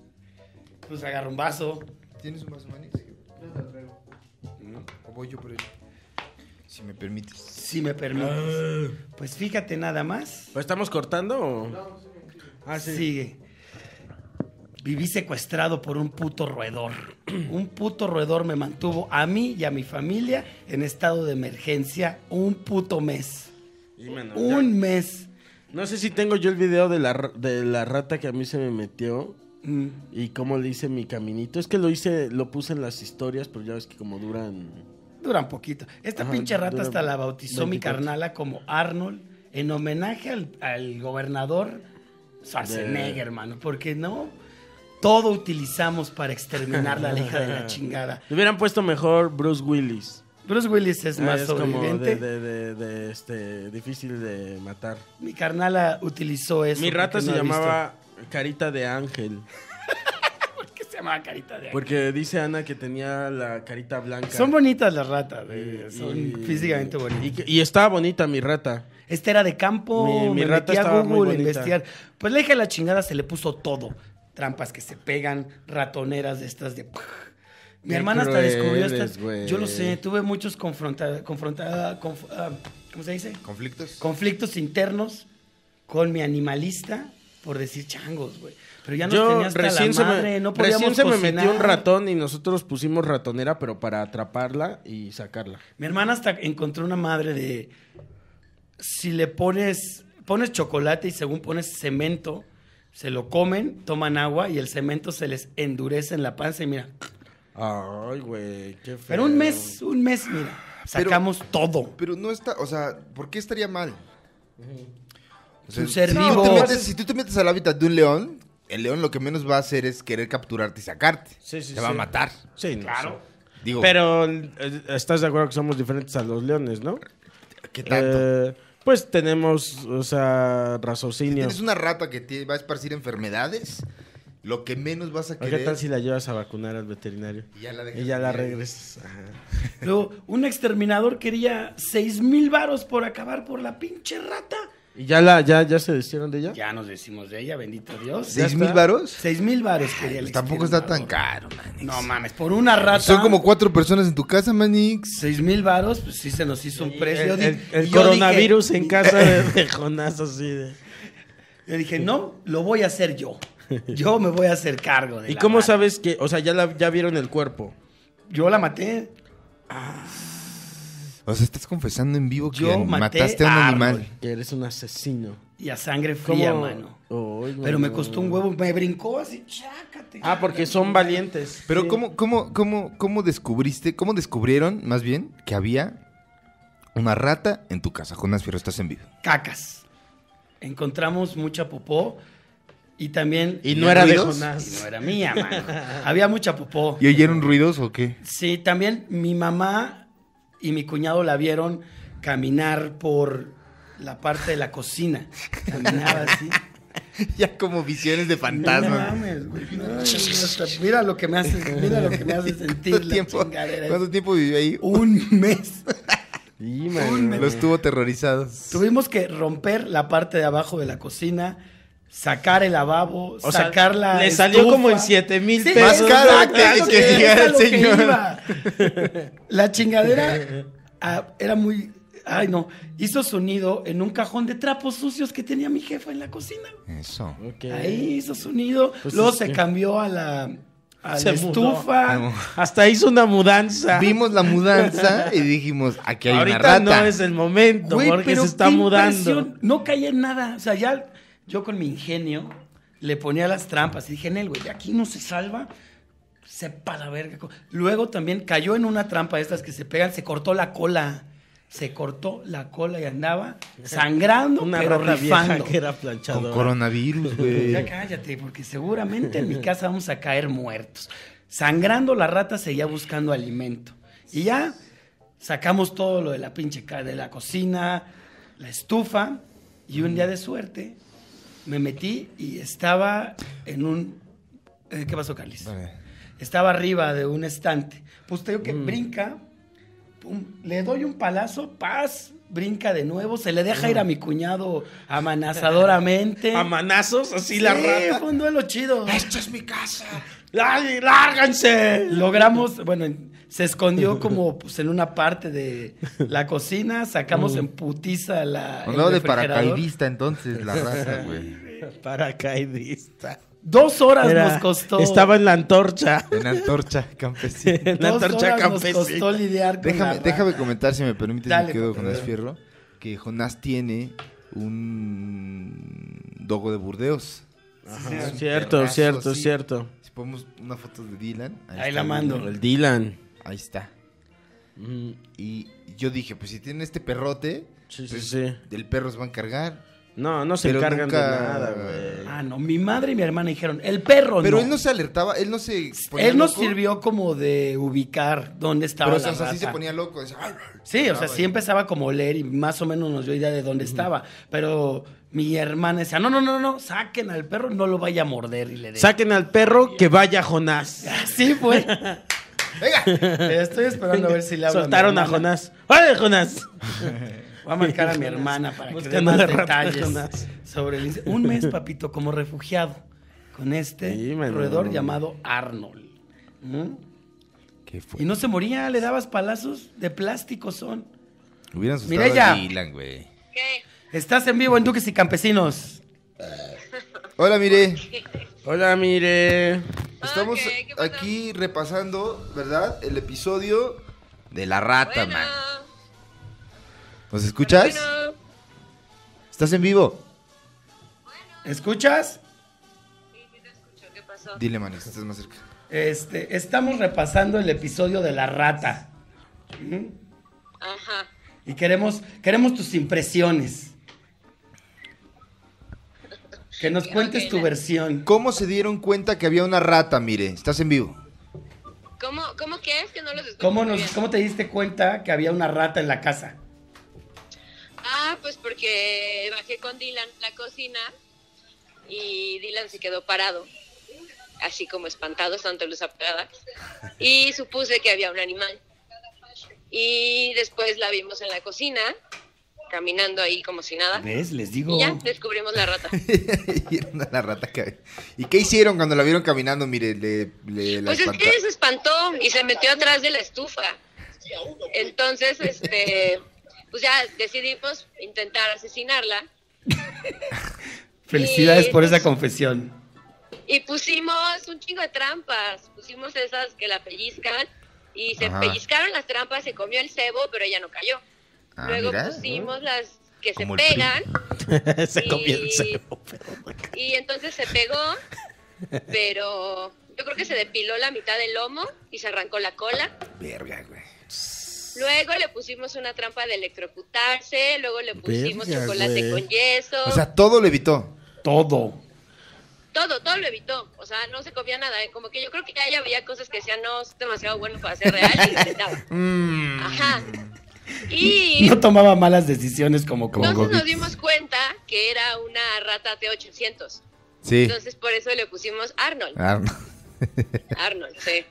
D: pues agarra un vaso.
C: ¿Tienes un vaso, manix?
D: ¿no?
C: O voy yo por él. Si me permites.
D: Si me permites. Pues fíjate nada más.
B: ¿Lo estamos cortando o.? Ah, sí.
D: Sigue. Viví secuestrado por un puto roedor. Un puto roedor me mantuvo a mí y a mi familia en estado de emergencia un puto mes.
B: Y bueno, ya-
D: Un mes.
B: No sé si tengo yo el video de la, r- de la rata que a mí se me metió.
D: Mm.
B: Y cómo le hice mi caminito. Es que lo hice, lo puse en las historias, pero ya ves que como duran.
D: Dura un poquito. Esta
B: Ajá,
D: pinche rata
B: dura
D: hasta la bautizó mi
B: 24.
D: carnala como Arnold en homenaje al, al gobernador Schwarzenegger,
B: De-
D: hermano. Porque no, todo utilizamos para exterminar la hija de la chingada.
B: Le hubieran puesto mejor Bruce Willis.
D: Bruce Willis es
B: Ah,
D: más
B: como de,
D: sobreviviente.
B: de- de- de, este, difícil de matar.
D: Mi carnala utilizó eso.
B: Mi rata
D: porque
B: se
D: no ha
B: llamaba Carita de Ángel.
D: visto. ¿Qué se llamaba carita de ángel?
B: Porque dice Ana que tenía la carita blanca.
D: Son bonitas las ratas, eh,
B: Y-
D: son
B: y-
D: físicamente bonitas.
B: Y, que- y estaba bonita mi rata.
D: Esta Este era de campo,
B: Mi- mi
D: me
B: rata
D: metí a
B: estaba muy
D: Google a
B: bonita.
D: investigar. Pues la hija de la chingada se le puso todo. Trampas que se pegan, ratoneras de estas de... Mi
B: Qué
D: hermana hasta descubrió
B: crueles,
D: estas.
B: güey.
D: Yo lo sé, tuve muchos confrontados, ah, ¿cómo se dice?
C: ¿Conflictos?
D: Conflictos internos con mi animalista por decir changos, güey. Pero ya nos tenía
B: Yo
D: hasta
B: recién,
D: la
B: se,
D: madre,
B: me,
D: no podíamos
B: recién se me
D: cocinar.
B: metió un ratón y nosotros pusimos ratonera, pero para atraparla y sacarla.
D: Mi hermana hasta encontró una madre de si le pones pones chocolate y según pones cemento se lo comen, toman agua y el cemento se les endurece en la panza y mira.
B: Ay, güey, qué feo.
D: Pero un mes, un mes, mira,
C: Pero-
D: sacamos todo.
C: Pero no está, o sea, ¿por qué estaría mal? O
D: Es un ser
C: si
D: vivo.
C: Tú te metes, si tú te metes al hábitat de un león, el león lo que menos va a hacer es querer capturarte y sacarte.
B: Sí, sí,
C: te va a
B: sí.
C: matar.
B: Sí, no
D: Claro.
B: sé.
C: Digo,
B: Pero eh, estás de acuerdo que somos diferentes a los leones, ¿no?
C: ¿qué tanto?
B: Eh, pues tenemos, o sea,
C: Si
B: raciocinio.
C: tienes una rata que te va a esparcir enfermedades, lo que menos vas a
B: ¿O ¿Qué
C: querer...
B: tal si la llevas a vacunar al veterinario?
C: Y ya la dejas
B: Y ya la
C: morir.
B: regresas. Ajá.
D: Luego, un exterminador quería seis mil varos por acabar por la pinche rata.
B: ¿Y ya, la, ya, ya se deshicieron de ella?
D: Ya nos decimos de ella, bendito Dios.
B: Sí.
C: ¿Seis
B: Ya
C: mil
B: está.
C: varos?
D: Seis mil varos quería el
C: Pues Tampoco está tan
D: exterminador.
C: caro, manix.
D: No mames, por una rata.
C: Son como cuatro personas en tu casa, manix.
D: 6 mil varos, pues sí se nos hizo un precio. Yo
B: El,
D: di-
B: el- el
D: yo
B: coronavirus
D: dije-
B: en casa de, de Jonás, así de.
D: Yo dije, no, lo voy a hacer yo. Yo me voy a hacer cargo de
B: ¿Y
D: la
B: cómo
D: madre.
B: sabes que, o sea, ya, la, ya vieron el cuerpo?
D: Yo la maté.
C: O sea, estás confesando en vivo que
D: Yo
C: an-
D: maté
C: mataste a un
D: a
C: animal.
D: Arnold.
B: Que eres un asesino.
D: Y a sangre fría, mano.
B: Ay,
D: Pero me
B: mano.
D: costó un huevo. Me brincó así, chácate.
B: Ah, porque son valientes.
C: Pero
B: Sí.
C: ¿cómo, cómo, cómo, ¿cómo descubriste, cómo descubrieron, más bien, que había una rata en tu casa? Jonas Fierro, estás en vivo.
D: Cacas. Encontramos mucha popó. Y también.
B: Y no era de
D: ruidos,
B: Jonás.
D: Y no era mía, mano. Había mucha popó.
C: ¿Y oyeron ruidos o qué?
D: Sí, también mi mamá y mi cuñado la vieron caminar por la parte de la cocina. Caminaba así.
C: ya como visiones de
D: No
C: fantasma.
D: mames, güey. No, hasta- mira lo que me hace, mira lo que me hace sentir
C: ¿Cuánto
D: la
C: tiempo,
D: chingadera.
C: ¿Cuánto tiempo vivió ahí?
D: Un mes.
B: Sí, mano.
C: Los tuvo terrorizados.
D: Tuvimos que romper la parte de abajo de la cocina, sacar el lavabo,
B: O sea,
D: sacar la.
B: le salió como en 7 mil
D: Sí,
B: pesos.
D: es
C: Más caro
D: exacto,
C: que-
D: es lo
C: que diga
D: es a
C: el
D: lo que
C: señor.
D: iba. La chingadera ah, era muy. Ay, no. Hizo sonido en un cajón de trapos sucios que tenía mi jefa en la cocina.
C: Eso.
B: Ok.
D: Ahí hizo sonido.
B: Pues
D: Luego
B: es
D: se
B: que-
D: cambió a la, a
B: Se
D: la
B: mudó. Ah,
D: estufa.
B: Hasta hizo una mudanza.
C: Vimos la mudanza y dijimos, aquí hay
B: Ah. Ahorita
C: una rata.
B: no es el momento
D: Güey,
B: porque
D: pero
B: se está
D: qué
B: mudando.
D: impresión. No caía en nada. O sea, ya yo con mi ingenio le ponía las trampas y dije, Nel, güey, de aquí no se salva. Sepa la verga. Luego también cayó en una trampa de estas que se pegan, se cortó la cola. Se cortó la cola y andaba sangrando,
B: Una
D: pero
B: rata vieja
D: rifando.
B: que era
C: Con
B: planchadora.
C: coronavirus,
D: Ya
C: güey.
D: cállate, porque seguramente en mi casa vamos a caer muertos. Sangrando la rata seguía buscando alimento. Y ya sacamos todo lo de la pinche ca- de la cocina, la estufa, y un día de suerte me metí y estaba en un... eh, ¿Qué pasó, Carlis?
C: Vale.
D: Estaba arriba de un estante. Pues te digo que brinca, pum, le doy un palazo, paz, brinca de nuevo, se le deja ir a mi cuñado amenazadoramente.
B: A manazos, así la rata.
D: Fue un duelo chido.
C: Ah,
B: ¡Esta es mi casa! ¡Lár- ¡Lárganse!
D: Logramos, bueno, en- se escondió como pues, en una parte de la cocina,
B: Mm.
D: sacamos en putiza la. el
C: Andaba de
D: refrigerador.
C: paracaidista entonces la rata, güey.
B: Paracaidista.
D: Dos horas
B: Era-
D: nos costó.
B: Estaba en la antorcha.
C: En antorcha campesina.
B: En la
D: dos
B: antorcha
D: horas nos
B: campesina.
D: costó lidiar con
C: Déjame,
D: la
C: déjame
D: rata.
C: comentar, si me permites,
D: Dale,
C: me quedo
D: por
C: con Jonás
D: favor.
C: Fierro, que Jonás tiene un dogo de Burdeos.
B: Ajá. Cierto,
C: Perrazo,
B: cierto,
C: sí.
B: cierto.
C: Si ponemos una foto de Dylan.
D: Ahí la
C: está.
D: mando.
B: El Dylan.
C: Ahí está.
B: Mm,
C: Y yo dije, pues si tiene este perrote,
B: Sí, sí,
C: pues,
B: sí.
C: del perro se va a encargar.
B: No, no se
C: Pero
B: encargan
C: nunca-
B: de nada, güey.
D: Ah, no, mi madre y mi hermana dijeron, el perro
C: Pero
D: Oh, no.
C: él no se alertaba, él no se ponía
D: Él nos
C: loco,
D: sirvió como de ubicar dónde estaba
C: Pero o
D: la
C: sea, sí se
D: rata.
C: ponía loco. decía, "Ay, ay",
D: Sí, o sea,
C: lloraba
D: sí
C: y-
D: empezaba como a oler y más o menos nos dio idea de dónde estaba. Pero mi hermana decía, no, no, no, no, saquen al perro, no lo vaya a morder y le dé.
B: Saquen al perro que vaya Jonás.
D: Así fue.
C: Venga.
D: Estoy esperando a ver si le hablo. mi
B: Soltaron a
D: hermana.
B: Jonás. ¡Oye, Jonás!
D: Voy a marcar a mi hermana para que dé
B: Buscando
D: más
B: la rata de
D: detalles
B: Jonás.
D: sobre el inc- Un mes, papito, como refugiado con este
B: Sí, mano.
D: roedor llamado Arnold. ¿Mm?
C: ¿Qué fue?
D: Y no se moría, le dabas palazos de plástico son.
C: Hubieran asustado
D: Mira ya.
C: a Dylan, güey.
E: ¿Qué?
D: Estás en vivo en Duques y Campesinos.
C: Hola, mire.
B: Hola, mire.
C: Estamos
E: Ok, ¿qué pasó?
C: aquí repasando, ¿verdad? El episodio de la rata,
E: Bueno,
C: man. ¿Nos escuchas?
E: bueno,
C: ¿Estás en vivo?
D: ¿Escuchas?
E: sí, sí te escucho, ¿qué pasó?
C: Dile, man, si estás más cerca.
D: Este, estamos repasando el episodio de la rata.
E: Ajá.
D: Y queremos, queremos tus impresiones. Que nos cuentes tu versión.
C: ¿Cómo se dieron cuenta que había una rata, mire? ¿Estás en vivo?
E: ¿Cómo, cómo que es que no los escucho?
D: ¿Cómo,
E: muy
D: nos,
E: bien?
D: ¿Cómo te diste cuenta que había una rata en la casa?
E: Ah, pues porque bajé con Dylan a la cocina y Dylan se quedó parado, así como espantado, tanto luz apagada, y supuse que había un animal. Y después la vimos en la cocina, caminando ahí como si nada,
D: ¿Ves? Les digo.
E: y ya descubrimos la rata.
C: y era una- la rata que había. ¿Y qué hicieron cuando la vieron caminando? Mire, le, le- la
E: Pues es
C: espanta-
E: que se espantó y se metió atrás de la estufa. Entonces, este, pues ya decidimos intentar asesinarla
D: Felicidades por
E: pues-
D: esa confesión.
E: Y pusimos un chingo de trampas. Pusimos esas que la pellizcan. Y se
C: Ajá.
E: pellizcaron las trampas, se comió el cebo, pero ella no cayó.
C: Ah,
E: Luego
C: mira,
E: pusimos las que
C: Como
E: se
C: el PRI.
E: pegan.
B: Se comió el
E: Y-
B: cebo.
E: Y entonces se pegó, pero yo creo que se depiló la mitad del lomo y se arrancó la cola.
C: Verga, güey.
E: Luego le pusimos una trampa de electrocutarse, luego le pusimos
B: Verga,
E: chocolate
B: güey.
E: con yeso.
C: O sea, todo lo evitó.
D: Todo.
E: todo, todo lo evitó. O sea, no se comía nada. ¿eh? Como que yo creo que ya ella veía cosas que decía, no, es demasiado bueno para ser real y lo inventaba.
C: Mm.
E: Ajá. Y
D: No tomaba malas decisiones como con
E: entonces nos dimos cuenta que era una rata T800.
C: Sí.
E: Entonces por eso le pusimos Arnold.
C: Ah, no.
E: Arnold, sí.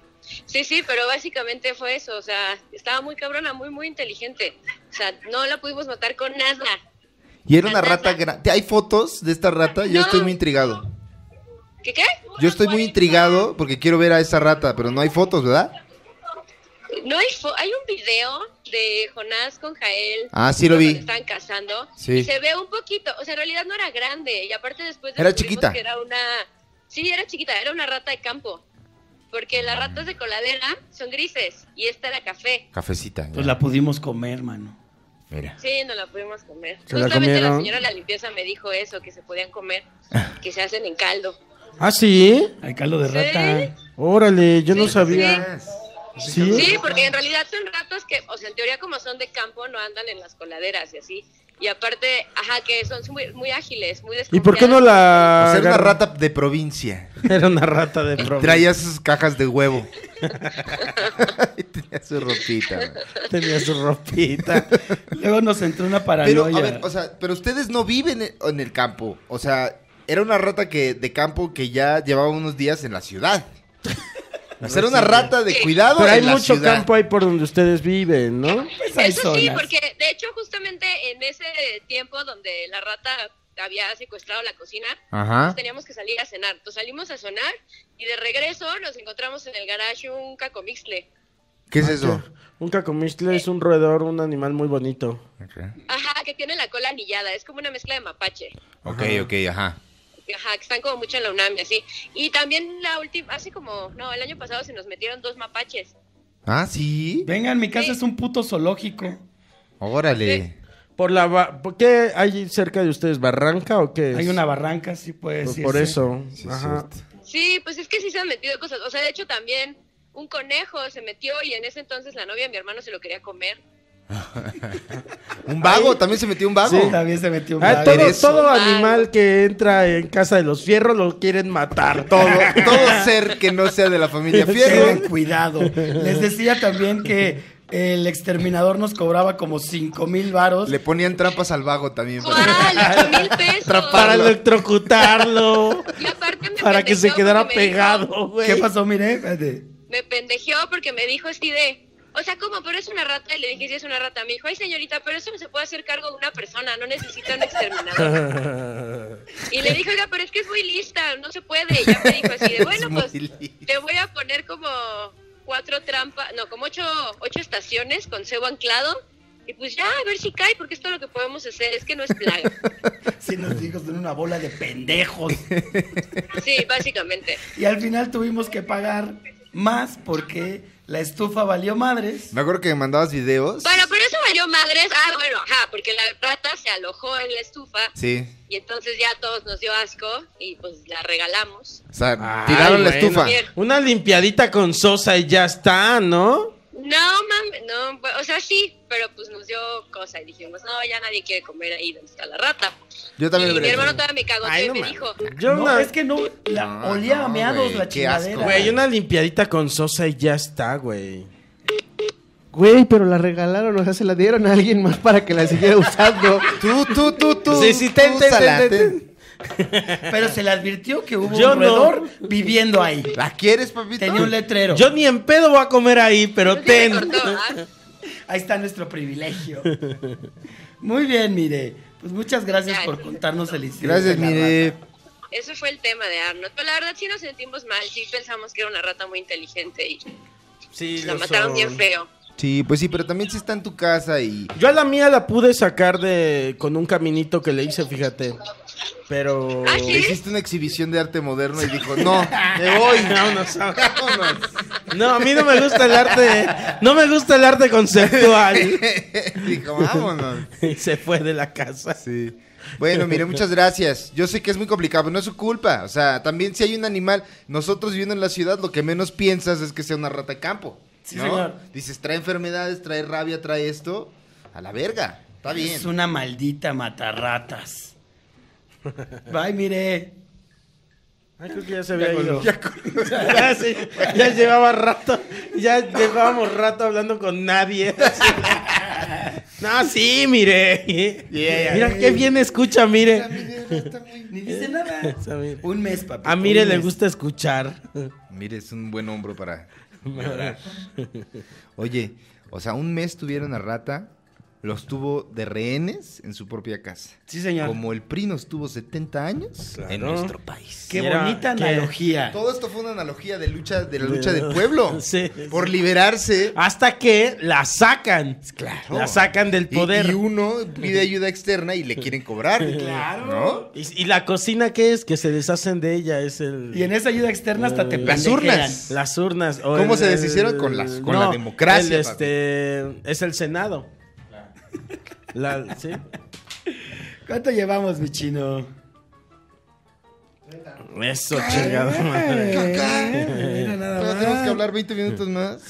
E: Sí, sí, pero básicamente fue eso, o sea, estaba muy cabrona, muy, muy inteligente. O sea, no la pudimos matar con nada.
C: Y era una rata grande. ¿Hay fotos de esta rata? Yo
E: No.
C: estoy muy intrigado.
E: ¿Qué qué?
C: Yo estoy muy intrigado porque quiero ver a esa rata, pero no hay fotos, ¿verdad?
E: No hay, fo- hay un video de Jonás con Jael.
C: Ah, sí lo
E: cuando
C: vi.
E: se Estaban casando.
C: Sí.
E: Y se ve un poquito, o sea, en realidad no era grande. Y aparte después
C: Era
E: descubrimos
C: chiquita.
E: Que era una... Sí, era chiquita, era una rata de campo. Porque
C: Ah.
E: las ratas de coladera son grises y esta era café.
C: Cafecita. ya.
D: Pues la pudimos comer, mano.
C: Mira.
E: Sí, no la pudimos comer.
B: ¿Se la
E: Justamente la,
B: comieron?
E: señora de la limpieza me dijo eso, que se podían comer, que se hacen en caldo.
B: ¿Ah, sí?
D: Al caldo de rata.
B: Órale, yo no
E: Sí,
B: sabía. Sí.
E: Sí, porque en realidad son ratas que, o sea, en teoría como son de campo, no andan en las coladeras y así. Y aparte, ajá, que son muy, muy ágiles, muy
B: ¿Y por qué no la.?
C: O sea, Pues era una
B: agarró?
C: rata de provincia.
B: Era una rata de pro.
C: Traía sus cajas de huevo. Y tenía su ropita. güey.
B: Tenía su ropita.
D: Luego nos entró una
C: Pero,
D: paranoia.
C: a ver, o sea, pero ustedes no viven en- en el campo. O sea, era una rata que de campo que ya llevaba unos días en la ciudad. O sea, era una rata de cuidado
B: Pero hay
C: en la
B: mucho
C: ciudad.
B: campo ahí por donde ustedes viven, ¿no?
D: Pues hay
E: Eso sí,
D: zonas.
E: porque de hecho justamente en ese tiempo donde la rata había secuestrado la cocina,
C: Ajá.
E: Entonces teníamos que salir a cenar. Entonces salimos a cenar y de regreso nos encontramos en el garage un cacomixle.
C: ¿Qué es eso?
B: Un cacomistle es un roedor, un animal muy bonito.
E: Ajá, que tiene la cola anillada. Es como una mezcla de mapache.
C: Ok, ok, ajá.
E: Ajá, que están como mucho en la UNAM y así. Y también la última, hace como, no, el año pasado se nos metieron dos mapaches.
C: Ah, sí.
D: Vengan, mi casa
E: Sí.
D: es un puto zoológico.
C: Órale.
B: Por la ba- ¿por ¿Qué hay cerca de ustedes? ¿Barranca o qué? es?
D: Hay una barranca, sí puede
B: Por,
D: decirse.
B: Pues, por eso.
C: Sí, es
B: Ajá.
C: cierto.
E: Sí, pues es que sí se han metido cosas. O sea, de hecho también un conejo se metió y en ese entonces la novia de mi hermano se lo quería comer.
C: Un vago, también se metió un vago.
D: Sí, también Ah, se metió un
B: Ah,
D: vago.
B: todo,
C: Eso.
B: todo
E: Ah.
B: animal que entra en casa de los fierros lo quieren matar.
C: Todo, todo ser que no sea de la familia
D: Tengan
C: Fierro.
D: cuidado. Les decía también que el exterminador nos cobraba como 5 mil varos.
C: Le ponían trampas al vago también.
E: ¿Cuál? ¡Ocho mil pesos!
B: Para electrocutarlo.
E: Y aparte me
B: para que se
E: pendejeó
B: quedara
E: porque me dijo,
B: pegado, güey.
D: ¿Qué pasó, mire? Espérate.
E: me pendejeó porque me dijo así de, o sea, ¿cómo? Pero es una rata. Y le dije, sí, es una rata. Me dijo, ay, señorita, pero eso no se puede hacer cargo de una persona, no necesita un exterminador. y le dije, oiga, pero es que es muy lista, no se puede. Y ya me dijo así de, bueno,
C: Es muy
E: pues
C: lista.
E: te voy a poner como cuatro trampas, no, como ocho, ocho estaciones con cebo anclado. Y pues ya, a ver si cae, porque esto lo que podemos hacer es que no es plaga.
D: Sí, nos dijo, son una bola de pendejos.
E: Sí, básicamente.
D: Y al final tuvimos que pagar más porque la estufa valió madres.
C: Me acuerdo que me mandabas videos.
E: Bueno, pues. pero eso valió madres. Ah, bueno, ajá, porque la rata se alojó en la estufa.
C: Sí.
E: Y entonces ya a todos nos dio asco y pues la regalamos.
C: O sea,
B: Ay,
C: tiraron la
B: bueno.
C: estufa.
E: Bien.
B: Una limpiadita con sosa y ya está, ¿no?
E: No, mames, no, bu- o sea, sí, pero pues nos dio cosa y dijimos, no, ya nadie quiere comer ahí donde está la rata.
C: Yo también
E: y mi
C: hubiera
E: hermano
C: hecho.
E: todavía me cagó
B: Ay,
E: y
B: no
E: me
B: mames.
E: dijo,
B: Yo
D: no,
B: una,
D: es que no, la,
C: No,
D: olía a
C: no,
D: meados
C: güey,
D: la
C: qué asco,
D: chingadera.
B: güey, una limpiadita con sosa y ya está, güey.
A: Güey, pero la regalaron, o sea, se la dieron a alguien más para que la siguiera usando.
C: Tú, tú, tú, tú.
B: Sí, sí, ten,
C: tú,
B: ten, ten,
C: Salate.
B: ten.
D: Pero se le advirtió que hubo
B: Yo
D: un
B: no.
D: roedor viviendo ahí.
C: ¿La quieres, papito?
D: Tenía un letrero.
B: Yo ni en pedo voy a comer ahí, pero
E: "Pues sí me
B: ten.
E: cortó, ¿ah?".
D: Ahí está nuestro privilegio. Muy bien, mire. Pues muchas gracias
E: Ya,
D: por
E: sí,
D: contarnos el incidente.
C: Gracias,
D: de la
C: mire.
D: rata.
E: Eso fue el tema de Arnold. Pero la verdad sí nos sentimos mal, sí pensamos que era una rata muy inteligente y
B: Sí,
E: la
B: lo
E: mataron
B: son.
E: bien feo.
C: Sí, pues sí, pero también si está en tu casa y.
B: Yo a la mía la pude sacar de con un caminito que le hice, fíjate. Pero.
E: Ah, sí.
C: Hiciste una exhibición de arte moderno y dijo, no, me voy.
B: Vámonos, vámonos. No, a mí no me gusta el arte. No me gusta el arte conceptual.
C: dijo, vámonos.
B: Y se fue de la casa.
C: Sí. Bueno, mire, muchas gracias. Yo sé que es muy complicado, pero no es su culpa. O sea, también si hay un animal, nosotros viviendo en la ciudad, lo que menos piensas es que sea una rata de campo.
D: Sí,
C: ¿no?
D: señor.
C: Dices, trae enfermedades, trae rabia, trae esto. A la verga. Está bien.
D: Es una maldita matarratas. Bye, mire.
B: Ay, creo que ya se había ido.
C: Ya
B: Ya, se- ya llevaba rato. Ya llevábamos rato hablando con nadie. No, sí, mire.
C: Yeah.
B: Mira qué bien escucha, mire.
D: Ni dice nada. Ah,
B: Esa, mire.
D: Un mes, papi.
B: A mire
D: un
B: le
D: mes.
B: gusta escuchar.
C: Mire, es un buen hombro para llorar. Oye, o sea, un mes tuvieron a Rata, los tuvo de rehenes en su propia casa.
D: Sí, señor.
C: Como el PRI nos tuvo 70 años
B: Claro.
C: en nuestro país.
D: Qué
B: Mira,
D: bonita
B: qué-
D: analogía.
C: Todo esto fue una analogía de lucha, de la lucha de pueblo.
B: Sí. Ah,
C: por liberarse.
B: Hasta que la sacan.
C: Claro.
B: La sacan del
C: Y-
B: poder.
C: Y,
B: Y,
C: uno pide ayuda externa y le quieren cobrar. Claro.
B: y la cocina, ¿qué es? Que se deshacen de ella. Es el.
D: Y en esa ayuda externa hasta te
C: Las
D: pendejean.
C: urnas.
B: Las urnas. o
C: ¿Cómo se deshicieron? Con las- con la democracia,
B: el, este, es el Senado. La- ¿sí?
D: ¿Cuánto llevamos, mi chino?
B: Eso, chingada madre.
C: ¿no?
D: Eh, Mira nada
C: Todavía
D: más.
C: Tenemos que hablar 20 minutos más.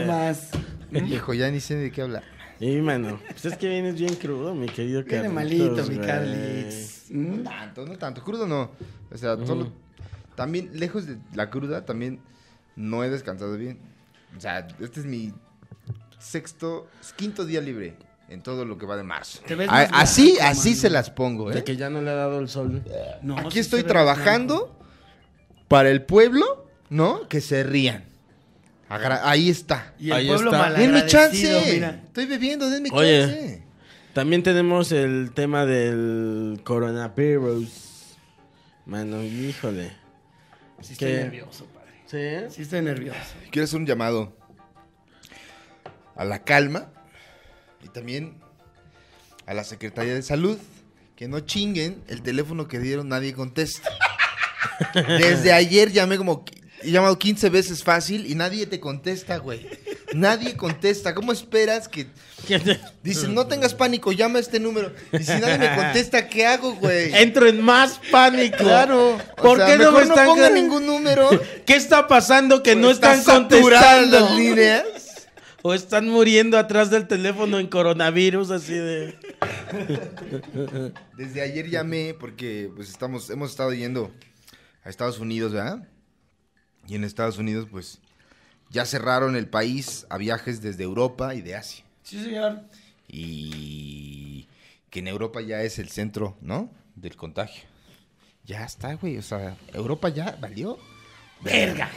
D: más.
C: Viejo, ya ni sé de qué hablar.
B: Y mano, pues es que vienes bien crudo, mi querido Carlitos.
D: Viene malito, mi
B: güey.
D: Carlix. ¿Mm?
C: No tanto, no tanto. Crudo no. O sea, solo-
B: Mm.
C: También, lejos de la cruda, también no he descansado bien. O sea, este es mi sexto, quinto día libre en todo lo que va de marzo.
D: Te ves
C: A-
D: más
C: así,
D: blanco,
C: así
D: mano.
C: se las pongo,
B: De
C: ¿eh?
B: que ya no le ha dado el sol.
D: No,
C: Aquí
D: sí
C: estoy
D: se ve
C: trabajando para el pueblo, ¿no? Que se rían. Agra- ahí está.
D: Y el
B: Ahí
D: pueblo
B: está.
C: Denme
D: malagradecido,
C: chance.
D: mira.
C: Estoy bebiendo, denme
B: Oye.
C: chance.
B: También tenemos el tema del coronavirus. Mano, híjole.
D: Sí
B: ¿Qué?
D: estoy nervioso, padre.
B: ¿Sí?
D: Sí estoy nervioso.
C: Quiero hacer un llamado a la calma y también a la Secretaría de Salud. Que no chinguen, el teléfono que dieron nadie contesta. Desde ayer llamé como... qui- He llamado 15 veces fácil y nadie te contesta, güey. Nadie contesta. ¿Cómo esperas que...? Dicen, no tengas pánico, llama a este número. Y si nadie me contesta, ¿qué hago, güey?
B: Entro en más pánico.
C: Claro. O
B: ¿Por
C: sea,
B: qué no
C: mejor
B: me están
C: no pongan
B: con-
C: ningún número?
B: ¿Qué está pasando que no
C: Está
B: están
C: saturadas
B: contestando?
C: las líneas.
B: O están muriendo atrás del teléfono en coronavirus, así de.
C: Desde ayer llamé porque pues estamos, hemos estado yendo a Estados Unidos, ¿verdad? Y en Estados Unidos, pues, ya cerraron el país a viajes desde Europa y de Asia.
D: Sí, señor.
C: Y que en Europa ya es el centro, ¿no? Del contagio. Ya está, güey. O sea, Europa ya valió.
D: Verga.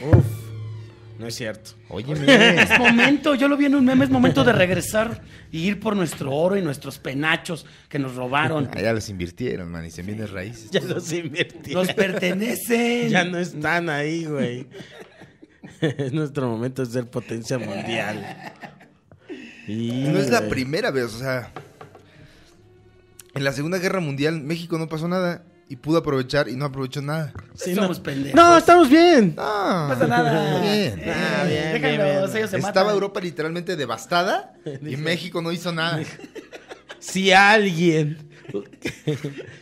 B: No es cierto.
C: Óyeme.
D: Es momento, yo lo vi en un meme, es momento de regresar y ir por nuestro oro y nuestros penachos que nos robaron.
C: Allá los invirtieron, man, y se vienen raíces.
B: Ya los invertí.
D: Nos pertenecen.
B: Ya no están ahí, güey. es nuestro momento de ser potencia mundial. Y,
C: No es la
B: güey.
C: primera vez, o sea. En la Segunda Guerra Mundial, México no pasó nada y pudo aprovechar y no aprovechó nada.
B: Sí,
D: Somos
B: no.
D: pendejos.
B: No, estamos bien.
C: No,
D: pasa nada.
C: Bien.
D: Eh,
B: Ah, bien, bien,
D: déjalos,
B: bien.
D: ellos se
C: Estaba
D: matan.
C: Europa literalmente devastada y México no hizo nada.
B: Si alguien,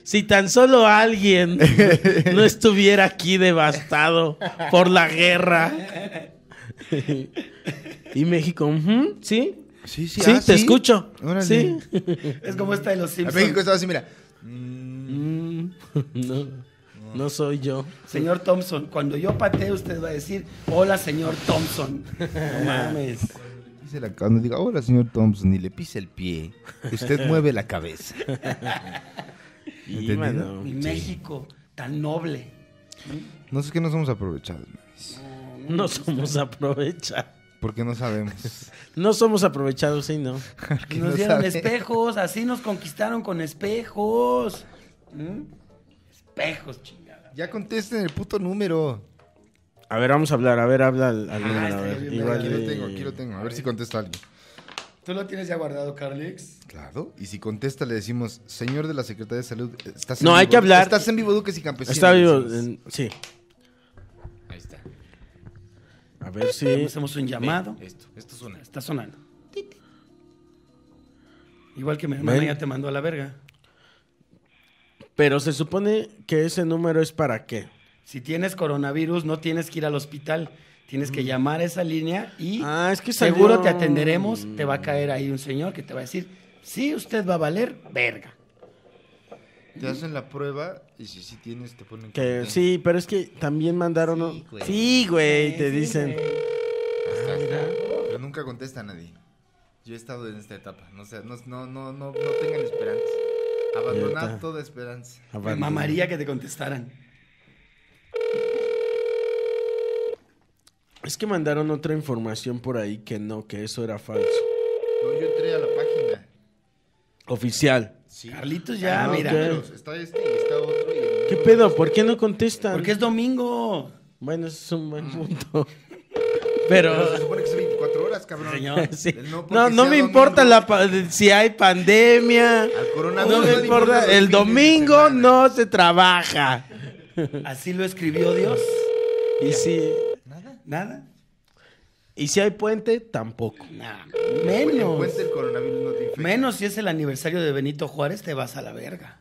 B: si tan solo alguien no estuviera aquí devastado por la guerra. y México, ujú, ¿sí?
C: Sí,
B: Sí, te escucho.
C: Órale.
B: Sí.
D: Es como esta de los
C: A
D: Simpsons.
C: México estaba así, mira.
B: Mm, no, no soy yo.
D: Señor Thompson, cuando yo patee, usted va a decir, hola, señor Thompson. No mames.
C: Dice la cuando diga, hola señor Thompson, y le pisa el pie. y Usted mueve la cabeza.
B: Y,
C: ¿Entendido?
B: mano,
D: Mi México, tan noble.
C: No sé qué nos hemos aprovechado,
B: no somos aprovechados.
C: porque no sabemos.
B: No somos aprovechados, sí, no.
C: Que
D: Nos
C: no
D: dieron
C: sabe.
D: espejos, así nos conquistaron con espejos. ¿Mm? Espejos, chingada.
C: Ya contesten el puto número.
B: A ver, vamos a hablar. A ver, habla al, al
D: Ah,
B: número, a
D: estaría
B: ver.
D: bien,
B: Igual
C: Aquí
B: y-
C: lo tengo, aquí lo tengo. A ver si contesta alguien.
D: ¿Tú lo tienes ya guardado, Carlix?
C: Claro. Y si contesta, le decimos, señor de la Secretaría de Salud, estás
B: No,
C: en
B: hay
C: vivo.
B: que hablar.
C: Estás en vivo, Duques y
D: Pues
C: Campesinos.
B: Está vivo.
C: Le decimos.
B: en- sí.
F: Ahí está.
B: A ver si.
D: Hacemos un llamado.
F: Ve, Esto, esto suena.
D: Está sonando. Igual que mi hermana
B: Ven.
D: ya te mandó a la verga.
B: Pero se supone que ese número es para qué.
D: Si tienes coronavirus, no tienes que ir al hospital. Tienes que llamar a esa línea y
B: Mm. Ah, es que salió-
D: seguro te atenderemos. Te va a caer ahí un señor que te va a decir, sí, usted va a valer verga.
C: Te hacen la prueba y si sí tienes, te ponen.
B: Que
C: cuarentena.
B: sí, pero es que también mandaron.
F: Sí,
B: un-
F: güey.
B: Sí, güey, te
D: Sí,
B: dicen.
D: güey.
F: Está, está.
C: Pero nunca contesta a nadie. Yo he estado en esta etapa. No, sé, no, no, no, no, no tengan esperanza.
B: Ya está.
C: Abandonad toda esperanza.
D: Me
B: Abandono.
D: mamaría que te contestaran.
B: Es que mandaron otra información por ahí que no, que eso era falso.
C: No, yo entré a la página.
B: Oficial.
C: Sí.
D: Carlitos ya,
B: Ah,
D: mira.
B: ok.
C: Está este y está otro. este y-
B: ¿Qué pedo? ¿Por qué no contestan?
D: Porque es domingo.
B: Bueno, ese es un buen punto. Pero.
C: Pero se supone que son 24 horas, cabrón.
D: Señor.
B: sí.
C: No,
B: No,
C: porque
B: no,
C: sea
B: me
C: domingo.
B: importa la pa- si hay pandemia.
C: Al coronavirus
B: No
C: no
B: me
C: le importan
B: importa.
C: los
B: El
C: fines de
B: domingo
C: semana.
B: no se trabaja.
D: Así lo escribió Dios.
B: Y si,
D: Nada.
B: y si hay puente, tampoco.
D: Nada.
C: Bueno,
D: Menos.
C: encuentra el coronavirus no te infecta.
D: Menos si es el aniversario de Benito Juárez, te vas a la verga.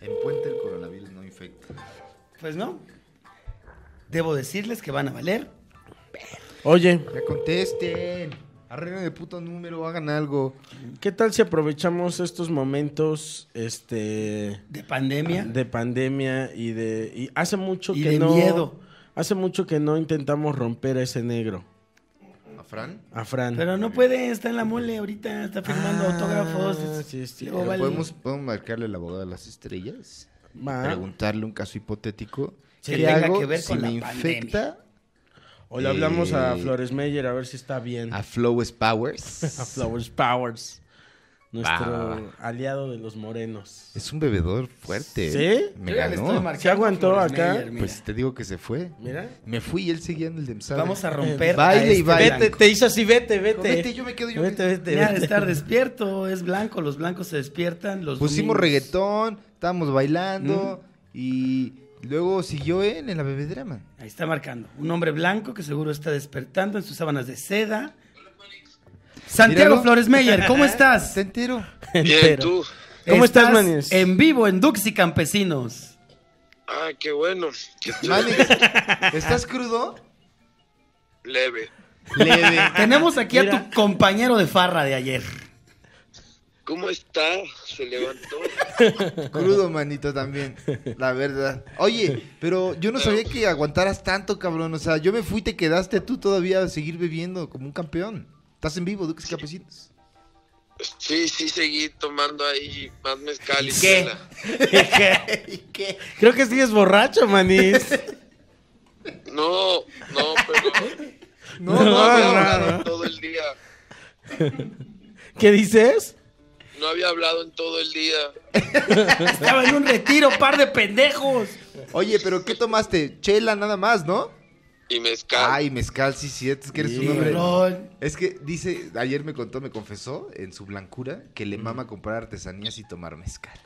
C: En puente el coronavirus no infecta.
D: Pues no. Debo decirles que van a valer.
B: Oye,
C: Ya contesten. Arreglen el puto número, hagan algo.
B: ¿qué tal si aprovechamos estos momentos este
D: De pandemia.
B: de pandemia y de y hace mucho
D: Y
B: que
D: de
B: no
D: miedo.
B: hace mucho que no intentamos romper a ese negro,
C: ¿A Fran?
B: a Fran.
D: Pero no puede, está en la mole ahorita, está firmando
B: Ah,
D: autógrafos.
B: sí, es
D: Luego
B: cierto.
D: vale.
C: ¿Podemos, ¿Podemos marcarle la abogada de las estrellas?
B: Va.
C: Preguntarle un caso hipotético.
D: Que
C: ¿Qué
D: tenga
C: hago
D: que ver
C: si
D: con la
C: me infecta
B: O le hablamos a
C: Eh.
B: Flores Meyer a ver si está bien.
C: a
B: A,
C: Flowes Powers?
B: Flowers Powers, nuestro
F: Va, va, va.
B: aliado de los morenos.
C: Es un bebedor fuerte.
B: ¿Sí?
C: Me
D: Yo ya le estoy
C: ganó.
D: marcando
B: ¿Se aguantó
D: Flores
B: acá?
D: Meyer, mira.
C: Pues te digo que se fue.
B: Mira.
C: Me fui y él seguía en el demsal.
D: Pues, Vamos a romper.
C: Baile
D: a
C: y
D: este
C: baile.
D: blanco.
B: Vete, te hizo así, vete, vete.
C: Vete, yo me quedo, yo me-
B: Vete, vete,
D: Ya de
B: vete.
D: estar despierto, es blanco, los blancos se despiertan. Los
C: Pusimos
D: domingos.
C: reggaetón, estábamos bailando y luego siguió él en la bebedera, man.
D: Ahí está marcando. Un hombre blanco que seguro está despertando en sus sábanas de seda. Santiago
C: Míralo.
D: Flores Meyer, ¿cómo estás?
C: Está entero.
G: Bien,
B: Entero.
G: tú.
B: ¿Cómo estás, Manis?
D: En vivo en Dux y Campesinos.
G: Ah, qué bueno. Que estés
C: Manes, ¿estás crudo?
G: leve.
C: Leve.
D: Tenemos aquí a
B: Mira.
D: tu compañero de farra de ayer.
G: ¿Cómo está? Se levantó.
C: Crudo, manito, también. La verdad. Oye, pero yo no sabía que aguantaras tanto, cabrón. O sea, yo me fui, te quedaste tú todavía a seguir bebiendo como un campeón. Estás en vivo, Duques y Campesinos.
G: Sí, sí, seguí tomando ahí más mezcal y
D: ¿Y qué?
G: chela.
B: Creo que sigues borracho, manis.
G: No, no, pero
C: No, no,
G: no había
C: no,
G: hablado en todo el día.
B: ¿Qué dices?
G: No había hablado en todo el día.
D: Estaba en un retiro, par de pendejos.
C: Oye, pero ¿qué tomaste? Chela nada más, ¿no?
G: Y mezcal.
C: Ay, mezcal, sí, sí, es que eres un hombre.
D: Cabrón.
C: Es que dice, ayer me contó, me confesó en su blancura que le mama comprar artesanías y tomar mezcal.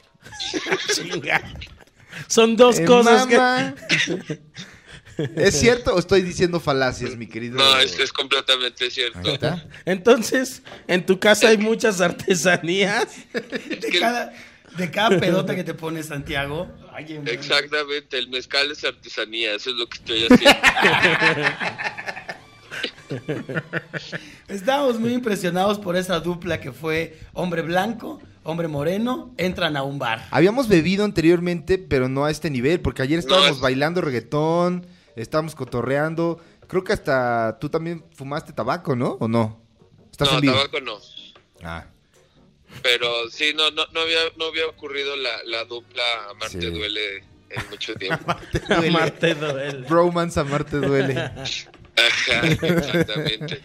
B: Son dos cosas que...
C: ¿Es cierto o estoy diciendo falacias, mi querido?
G: no, es, es completamente
C: Ahí
G: cierto.
C: está.
B: Entonces, en tu casa hay muchas artesanías.
D: De cada, de cada pedota que te pone Santiago. Ay, hombre.
G: Exactamente, el mezcal es artesanía, eso es lo que estoy haciendo.
D: Estábamos muy impresionados por esa dupla que fue hombre blanco, hombre moreno, entran a un bar.
C: Habíamos bebido anteriormente, pero no a este nivel, porque ayer estábamos
G: es-
C: bailando reggaetón, estábamos cotorreando. Creo que hasta tú también fumaste tabaco, ¿no? ¿O no? Estás
G: no,
C: en vivo.
G: tabaco no.
C: Ah,
G: Pero sí, no, no, no había, no había ocurrido la, la dupla Marte
C: Sí.
G: duele en mucho tiempo.
B: Amarte duele.
C: bromance, amarte duele.
G: Ajá, exactamente.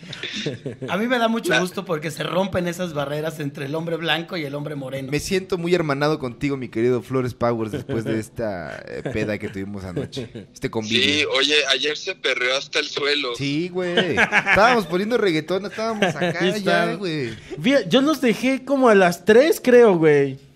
D: A mí me da mucho gusto porque se rompen esas barreras entre el hombre blanco y el hombre moreno.
C: Me siento muy hermanado contigo, mi querido Flores Powers, después de esta eh, peda que tuvimos anoche. Este
G: Sí,
C: convivio.
G: oye, ayer se perreó hasta el suelo.
C: Sí, güey. Estábamos poniendo reggaetón, estábamos acá
B: Ahí
C: ya,
B: está.
C: güey.
B: Vi- Yo los dejé como a las 3, creo, güey.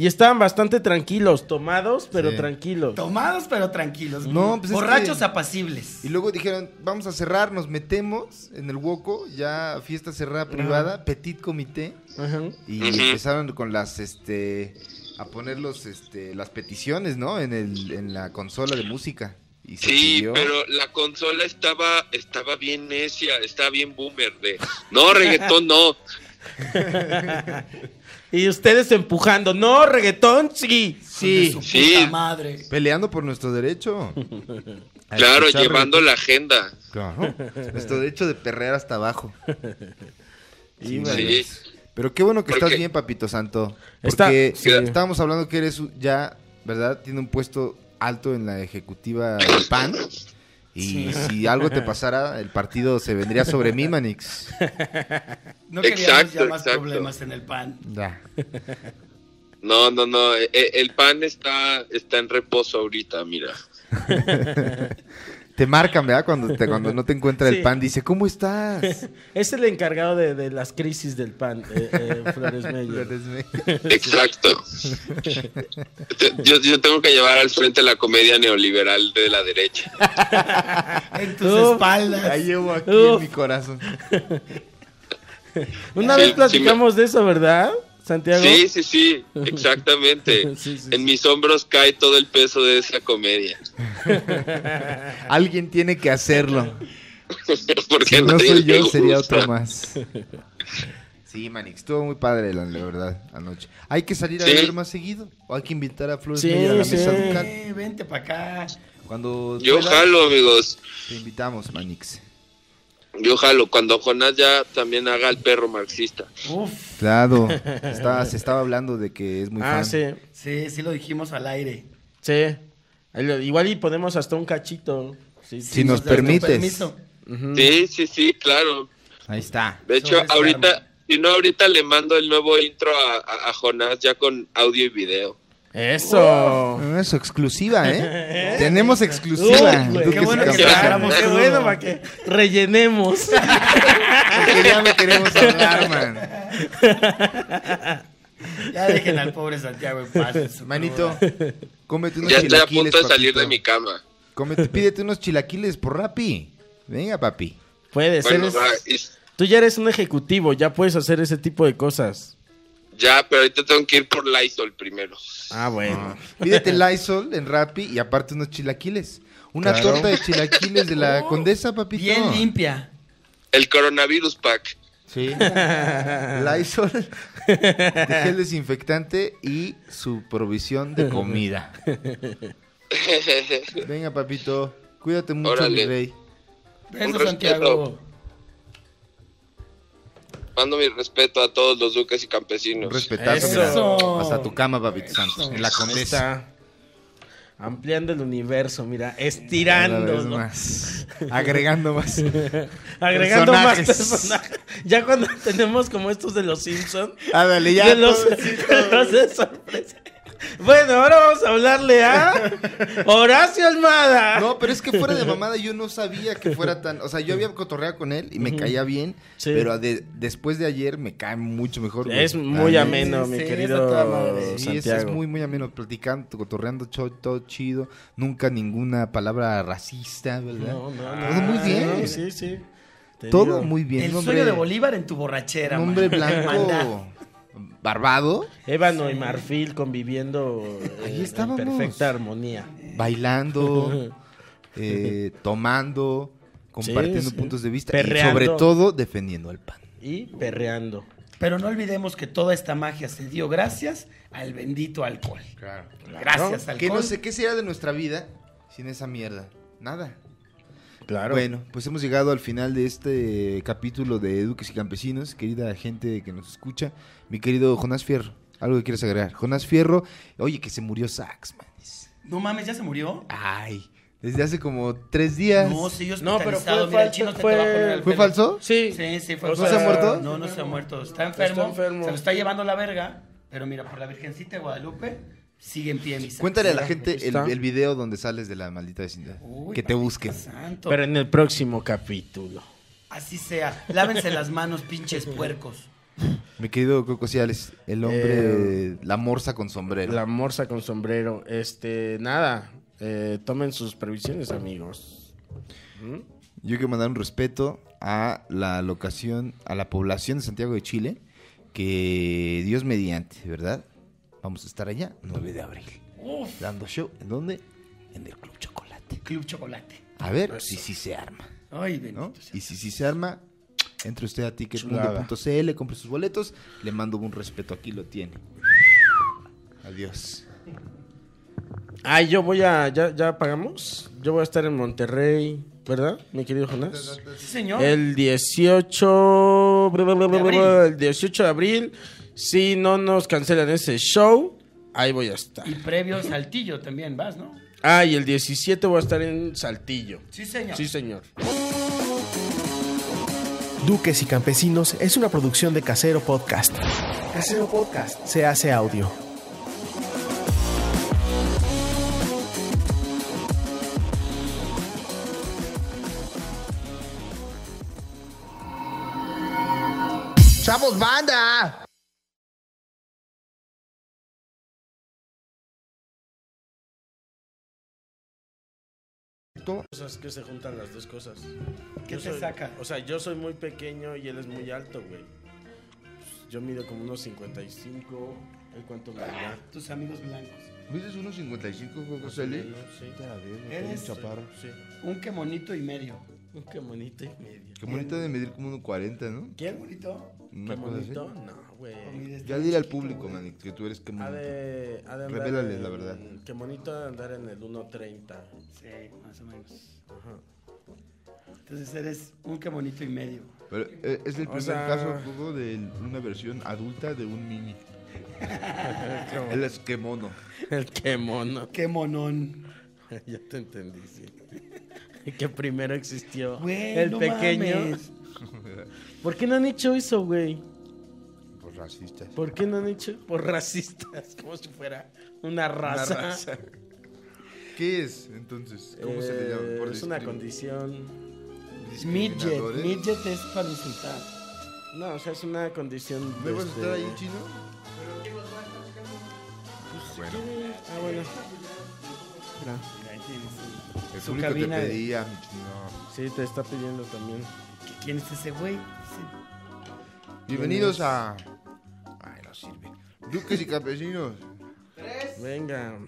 B: Y estaban bastante tranquilos, tomados, pero
C: Sí.
B: tranquilos.
D: Tomados pero tranquilos.
C: No, pues es
D: Borrachos
C: que-
D: apacibles.
C: Y luego dijeron, vamos a cerrar, nos metemos en el hueco, ya fiesta cerrada privada, petit comité.
B: Ajá.
C: Y
G: Ujú.
C: empezaron con las, este, a poner los, este, las peticiones, ¿no? En, el, en la consola de música. Y se
G: Sí,
C: pidió.
G: pero la consola estaba, estaba bien necia, estaba bien boomer de no reggaetón no.
B: Y ustedes empujando. No, reggaetón, sí.
D: Sí. Su
G: Sí.
D: puta madre.
C: Peleando por nuestro derecho. A
G: Claro,
C: escuchar
G: llevando la agenda.
C: Claro. Nuestro derecho de perrear hasta abajo. Sí,
B: bueno.
C: güey.
G: Sí.
C: Pero qué bueno que
G: Porque-
C: estás bien, papito santo.
B: Está-
C: Porque
B: sí.
C: estábamos hablando que eres un- ya, ¿verdad? Tiene un puesto alto en la ejecutiva del PAN. Y si algo te pasara, el partido se vendría sobre mí, Manix.
D: No queríamos
G: Exacto,
D: ya más
G: exacto.
D: problemas en el pan.
C: Ya.
G: No, no, no. e- e- El pan está, está en reposo ahorita, mira.
C: Te marcan, ¿verdad? Cuando, te- cuando no te encuentra
B: Sí.
C: el PAN, dice, ¿cómo estás?
B: Es el encargado de, de las crisis del pan, eh, eh, Flores Meyer.
G: Exacto. Yo, yo tengo que llevar al frente la comedia neoliberal de la derecha.
D: En tus
B: Uf.
D: espaldas.
C: Ahí llevo aquí en
B: Uf.
C: mi corazón.
B: Una
G: Sí,
B: vez platicamos de eso, ¿verdad, Santiago?
G: Sí, sí, sí, exactamente.
B: Sí, sí,
G: En
B: sí.
G: mis hombros cae todo el peso de esa comedia.
C: Alguien tiene que hacerlo.
G: Porque
C: Si
G: a
C: no
G: nadie
C: soy
G: le
C: yo, sería
G: gusta.
C: otro más. Sí, Manix, estuvo muy padre, la, la verdad, anoche. Hay que salir a
G: Sí.
C: ver más seguido. O hay que invitar a Flores
B: Sí,
C: Meyer a la
B: sí.
C: mesa ducal.
D: Eh, vente para acá.
C: Cuando
G: Yo
C: puedas,
G: jalo, amigos.
C: te invitamos, Manix.
G: Yo jalo. Cuando Jonás ya también haga el perro marxista.
D: Uf.
C: Claro, está- se estaba hablando de que es muy
B: Ah,
C: fan.
B: sí.
D: Sí, sí lo dijimos al aire.
B: Sí. Ahí lo- Igual y ponemos hasta un cachito. Sí, sí.
C: Si nos
D: das tu
C: permites.
D: permiso.
G: Sí, sí, sí, claro.
C: Ahí está.
G: De hecho,
D: Sobre ese
G: ahorita, si no, ahorita le mando el nuevo intro a, a- a Jonás ya con audio y video.
B: Eso.
C: Bueno, Eso, exclusiva, ¿eh? Tenemos exclusiva.
B: Uy, güey,
C: Tú
D: qué
C: que
D: bueno
C: sí
D: que
C: causa.
D: aclaramos.
B: Qué bueno para que rellenemos.
C: Porque ya no queremos hablar, man.
D: Ya dejen al pobre Santiago en paz. en su
C: Manito,
D: cruda.
C: cómete unos
G: Ya estoy a punto de
C: chilaquiles,
G: salir de
C: papito.
G: mi cama.
C: Cómete, pídete unos chilaquiles por Rappi. Venga, papi.
B: Puedes.
G: Bueno,
B: eres-
G: va, es-
B: Tú ya eres un ejecutivo, ya puedes hacer ese tipo de cosas.
G: ya, pero ahorita tengo que ir por Lysol primero.
B: Ah, bueno.
C: Pídete Lysol en Rappi y aparte unos chilaquiles. Una
B: Claro.
C: torta de chilaquiles de la condesa, papito.
D: Bien limpia.
G: El coronavirus pack.
C: Sí. Lysol, de gel desinfectante y su provisión de comida. Venga, papito. Cuídate mucho, mi
G: Órale.
C: rey.
D: Besos,
G: respeto.
D: Santiago.
G: Mando mi respeto a todos los duques y campesinos.
C: Respetazo,
B: Eso.
C: mira. Hasta tu cama, papito santo. En la
B: Ahí
C: condesa.
B: está. Ampliando el universo, mira,
C: Cada vez
B: estirándolo.
C: más. Agregando más.
B: Agregando
C: Personajes.
B: más personajes. Ya cuando tenemos como estos de los Simpsons,
C: Ándale, ya.
B: de los,
C: todo.
B: de los de sorpresa. Bueno, ahora vamos a hablarle a Horacio Almada.
C: No, pero es que fuera de mamada yo no sabía que fuera tan... O sea, yo había cotorreado con él y me caía bien,
B: Sí.
C: pero de- después de ayer me cae mucho mejor. güey.
B: es muy
C: La neta.
B: ameno,
D: sí,
B: mi
D: sí,
B: querido
D: está toda madre.
C: Sí, es, es
B: Santiago.
C: muy, muy ameno, platicando, cotorreando, cho- todo chido. Nunca ninguna palabra racista, ¿verdad?
B: No, no, no.
C: Todo muy bien.
B: Ah, No, sí, sí. Te
C: Todo
B: digo.
C: muy bien.
D: El
C: nombre-
D: sueño de Bolívar en tu borrachera.
C: nombre
D: man. Hermandad.
C: blanco, barbado,
B: Ébano y marfil conviviendo eh,
C: Ahí
B: en
C: estábamos.
B: perfecta armonía.
C: bailando, eh, tomando, compartiendo
B: sí.
C: puntos de vista y
B: Perreando.
C: sobre todo defendiendo al pan.
B: Y perreando.
D: Pero no olvidemos que toda esta magia se dio gracias al bendito alcohol.
C: Claro.
D: Gracias, alcohol.
C: Que no sé qué será de nuestra vida sin esa mierda. Nada.
B: Claro.
C: Bueno, pues hemos llegado al final de este capítulo de Duques y Campesinos, querida gente que nos escucha. Mi querido Jonás Fierro, algo que quieras agregar. Jonás Fierro, oye, que se murió Saxman.
D: No mames, ya se murió.
C: Ay, Desde hace como tres días.
D: No, sí, yo
B: No, pero
D: hospitalizado.
B: fue
D: Mira, el
B: falso,
D: chino te, te
B: fue-
D: va a poner al
C: ¿Fue
D: pelo.
C: falso?
B: Sí.
D: Sí, sí, fue
B: O
D: falso.
C: sea, ¿No se ha muerto?
D: No, no se ha muerto. Está enfermo,
B: Está enfermo.
D: Se lo está llevando la verga. Pero mira, por la Virgencita de Guadalupe, sigue en pie mi santo.
C: Cuéntale a la
B: Mira,
C: gente el,
B: está.
C: el video donde sales de la maldita vecindad.
D: Uy,
C: que te
D: papá
C: busquen.
D: santo.
B: Pero en el próximo capítulo.
D: Así sea. Lávense las manos, pinches puercos.
C: Mi querido Coco Ciales, el
D: Eh,
C: hombre, la morsa con sombrero.
B: La morsa con sombrero. Este, nada. eh, tomen sus previsiones, amigos.
C: Yo quiero mandar un respeto a la locación, a la población de Santiago de Chile, que Dios mediante, ¿verdad? Vamos a estar allá 9 de abril.
D: Uf.
C: Dando show, ¿en dónde? En el Club Chocolate.
D: Club Chocolate.
C: A ver si sí se arma,
D: Ay,
C: ¿no?
D: bendito.
C: Y si sí se arma, entre usted a
B: Chulada.
C: ticketmundo.cl, compre sus boletos, le mando un respeto, aquí lo tiene. Adiós.
B: Ay, Ah, yo voy a. ¿ya, ¿Ya pagamos? Yo voy a estar en Monterrey, ¿verdad, mi querido Jonás?
D: Sí, señor.
B: El 18. bla, bla, bla, bla, bla,
D: abril.
B: bla, El 18 de abril. Si no nos cancelan ese show, ahí voy a estar.
D: Y previo Saltillo también vas, ¿no?
B: Ah, y el 17 voy a estar en Saltillo.
D: Sí, señor.
B: Sí, señor.
H: Duques y Campesinos es una producción de Casero Podcast. Casero Podcast se hace audio.
C: ¡Chavos, banda!
B: Cosas que se juntan las dos cosas.
D: ¿Qué
B: Yo
D: te
B: soy-
D: saca?
B: O sea, yo soy muy pequeño y él es muy alto, güey. Pues, Yo mido como unos 55. ¿El cuánto medirá?
D: Tus amigos blancos.
C: ¿Mides 1.55, Coco
B: Sí,
C: Celis?
B: sí.
D: Eres-
B: Sí.
D: Un que monito y medio.
B: Qué bonito y medio.
C: Qué bonito de medir como 1.40, ¿no?
D: ¿Qué
B: ¿Quién?
D: bonito?
B: ¿Qué
C: Una cosa así.
B: bonito? No, güey.
D: Mira,
C: Ya
D: está
C: dile al
D: chiquito,
C: público,
D: güey.
C: man, que tú eres que
B: Ha de, ha de andar
C: Revélales
B: en-
C: la verdad.
B: Qué bonito ha de andar en el 1.30.
D: Sí, más o menos. Entonces eres un que monito y medio.
C: Pero, eh, es el
B: O
C: primer
B: sea-
C: caso Coco, de una versión adulta de un mini. Él es que mono.
B: El qué mono.
D: Qué monón.
B: ya te entendí, sí. que primero existió
D: Güey,
B: el
D: no
B: pequeño.
D: mames.
B: ¿Por qué no han hecho eso, güey?
C: Por racistas.
B: ¿Por qué no han hecho? Por racistas, como si fuera una raza.
C: ¿Qué es entonces? ¿Cómo se le llama?
B: Eh,
C: Por
B: es una
C: discrimi-
B: condición.
D: Midget.
C: discriminadores.
D: Midget es para insultar.
B: No, o sea, es una condición.
C: ¿Me vas a
B: desde-
C: estar ahí, chino?
B: Ah, bueno.
D: Ahí tienes.
C: El
D: Su
C: público te
D: cabina de-
C: pedía, mi chino.
B: Sí, te está pidiendo también.
D: ¿Quién es ese güey? Sí.
C: Bienvenidos a. Ay, no sirve. Duques y campesinos.
B: Venga.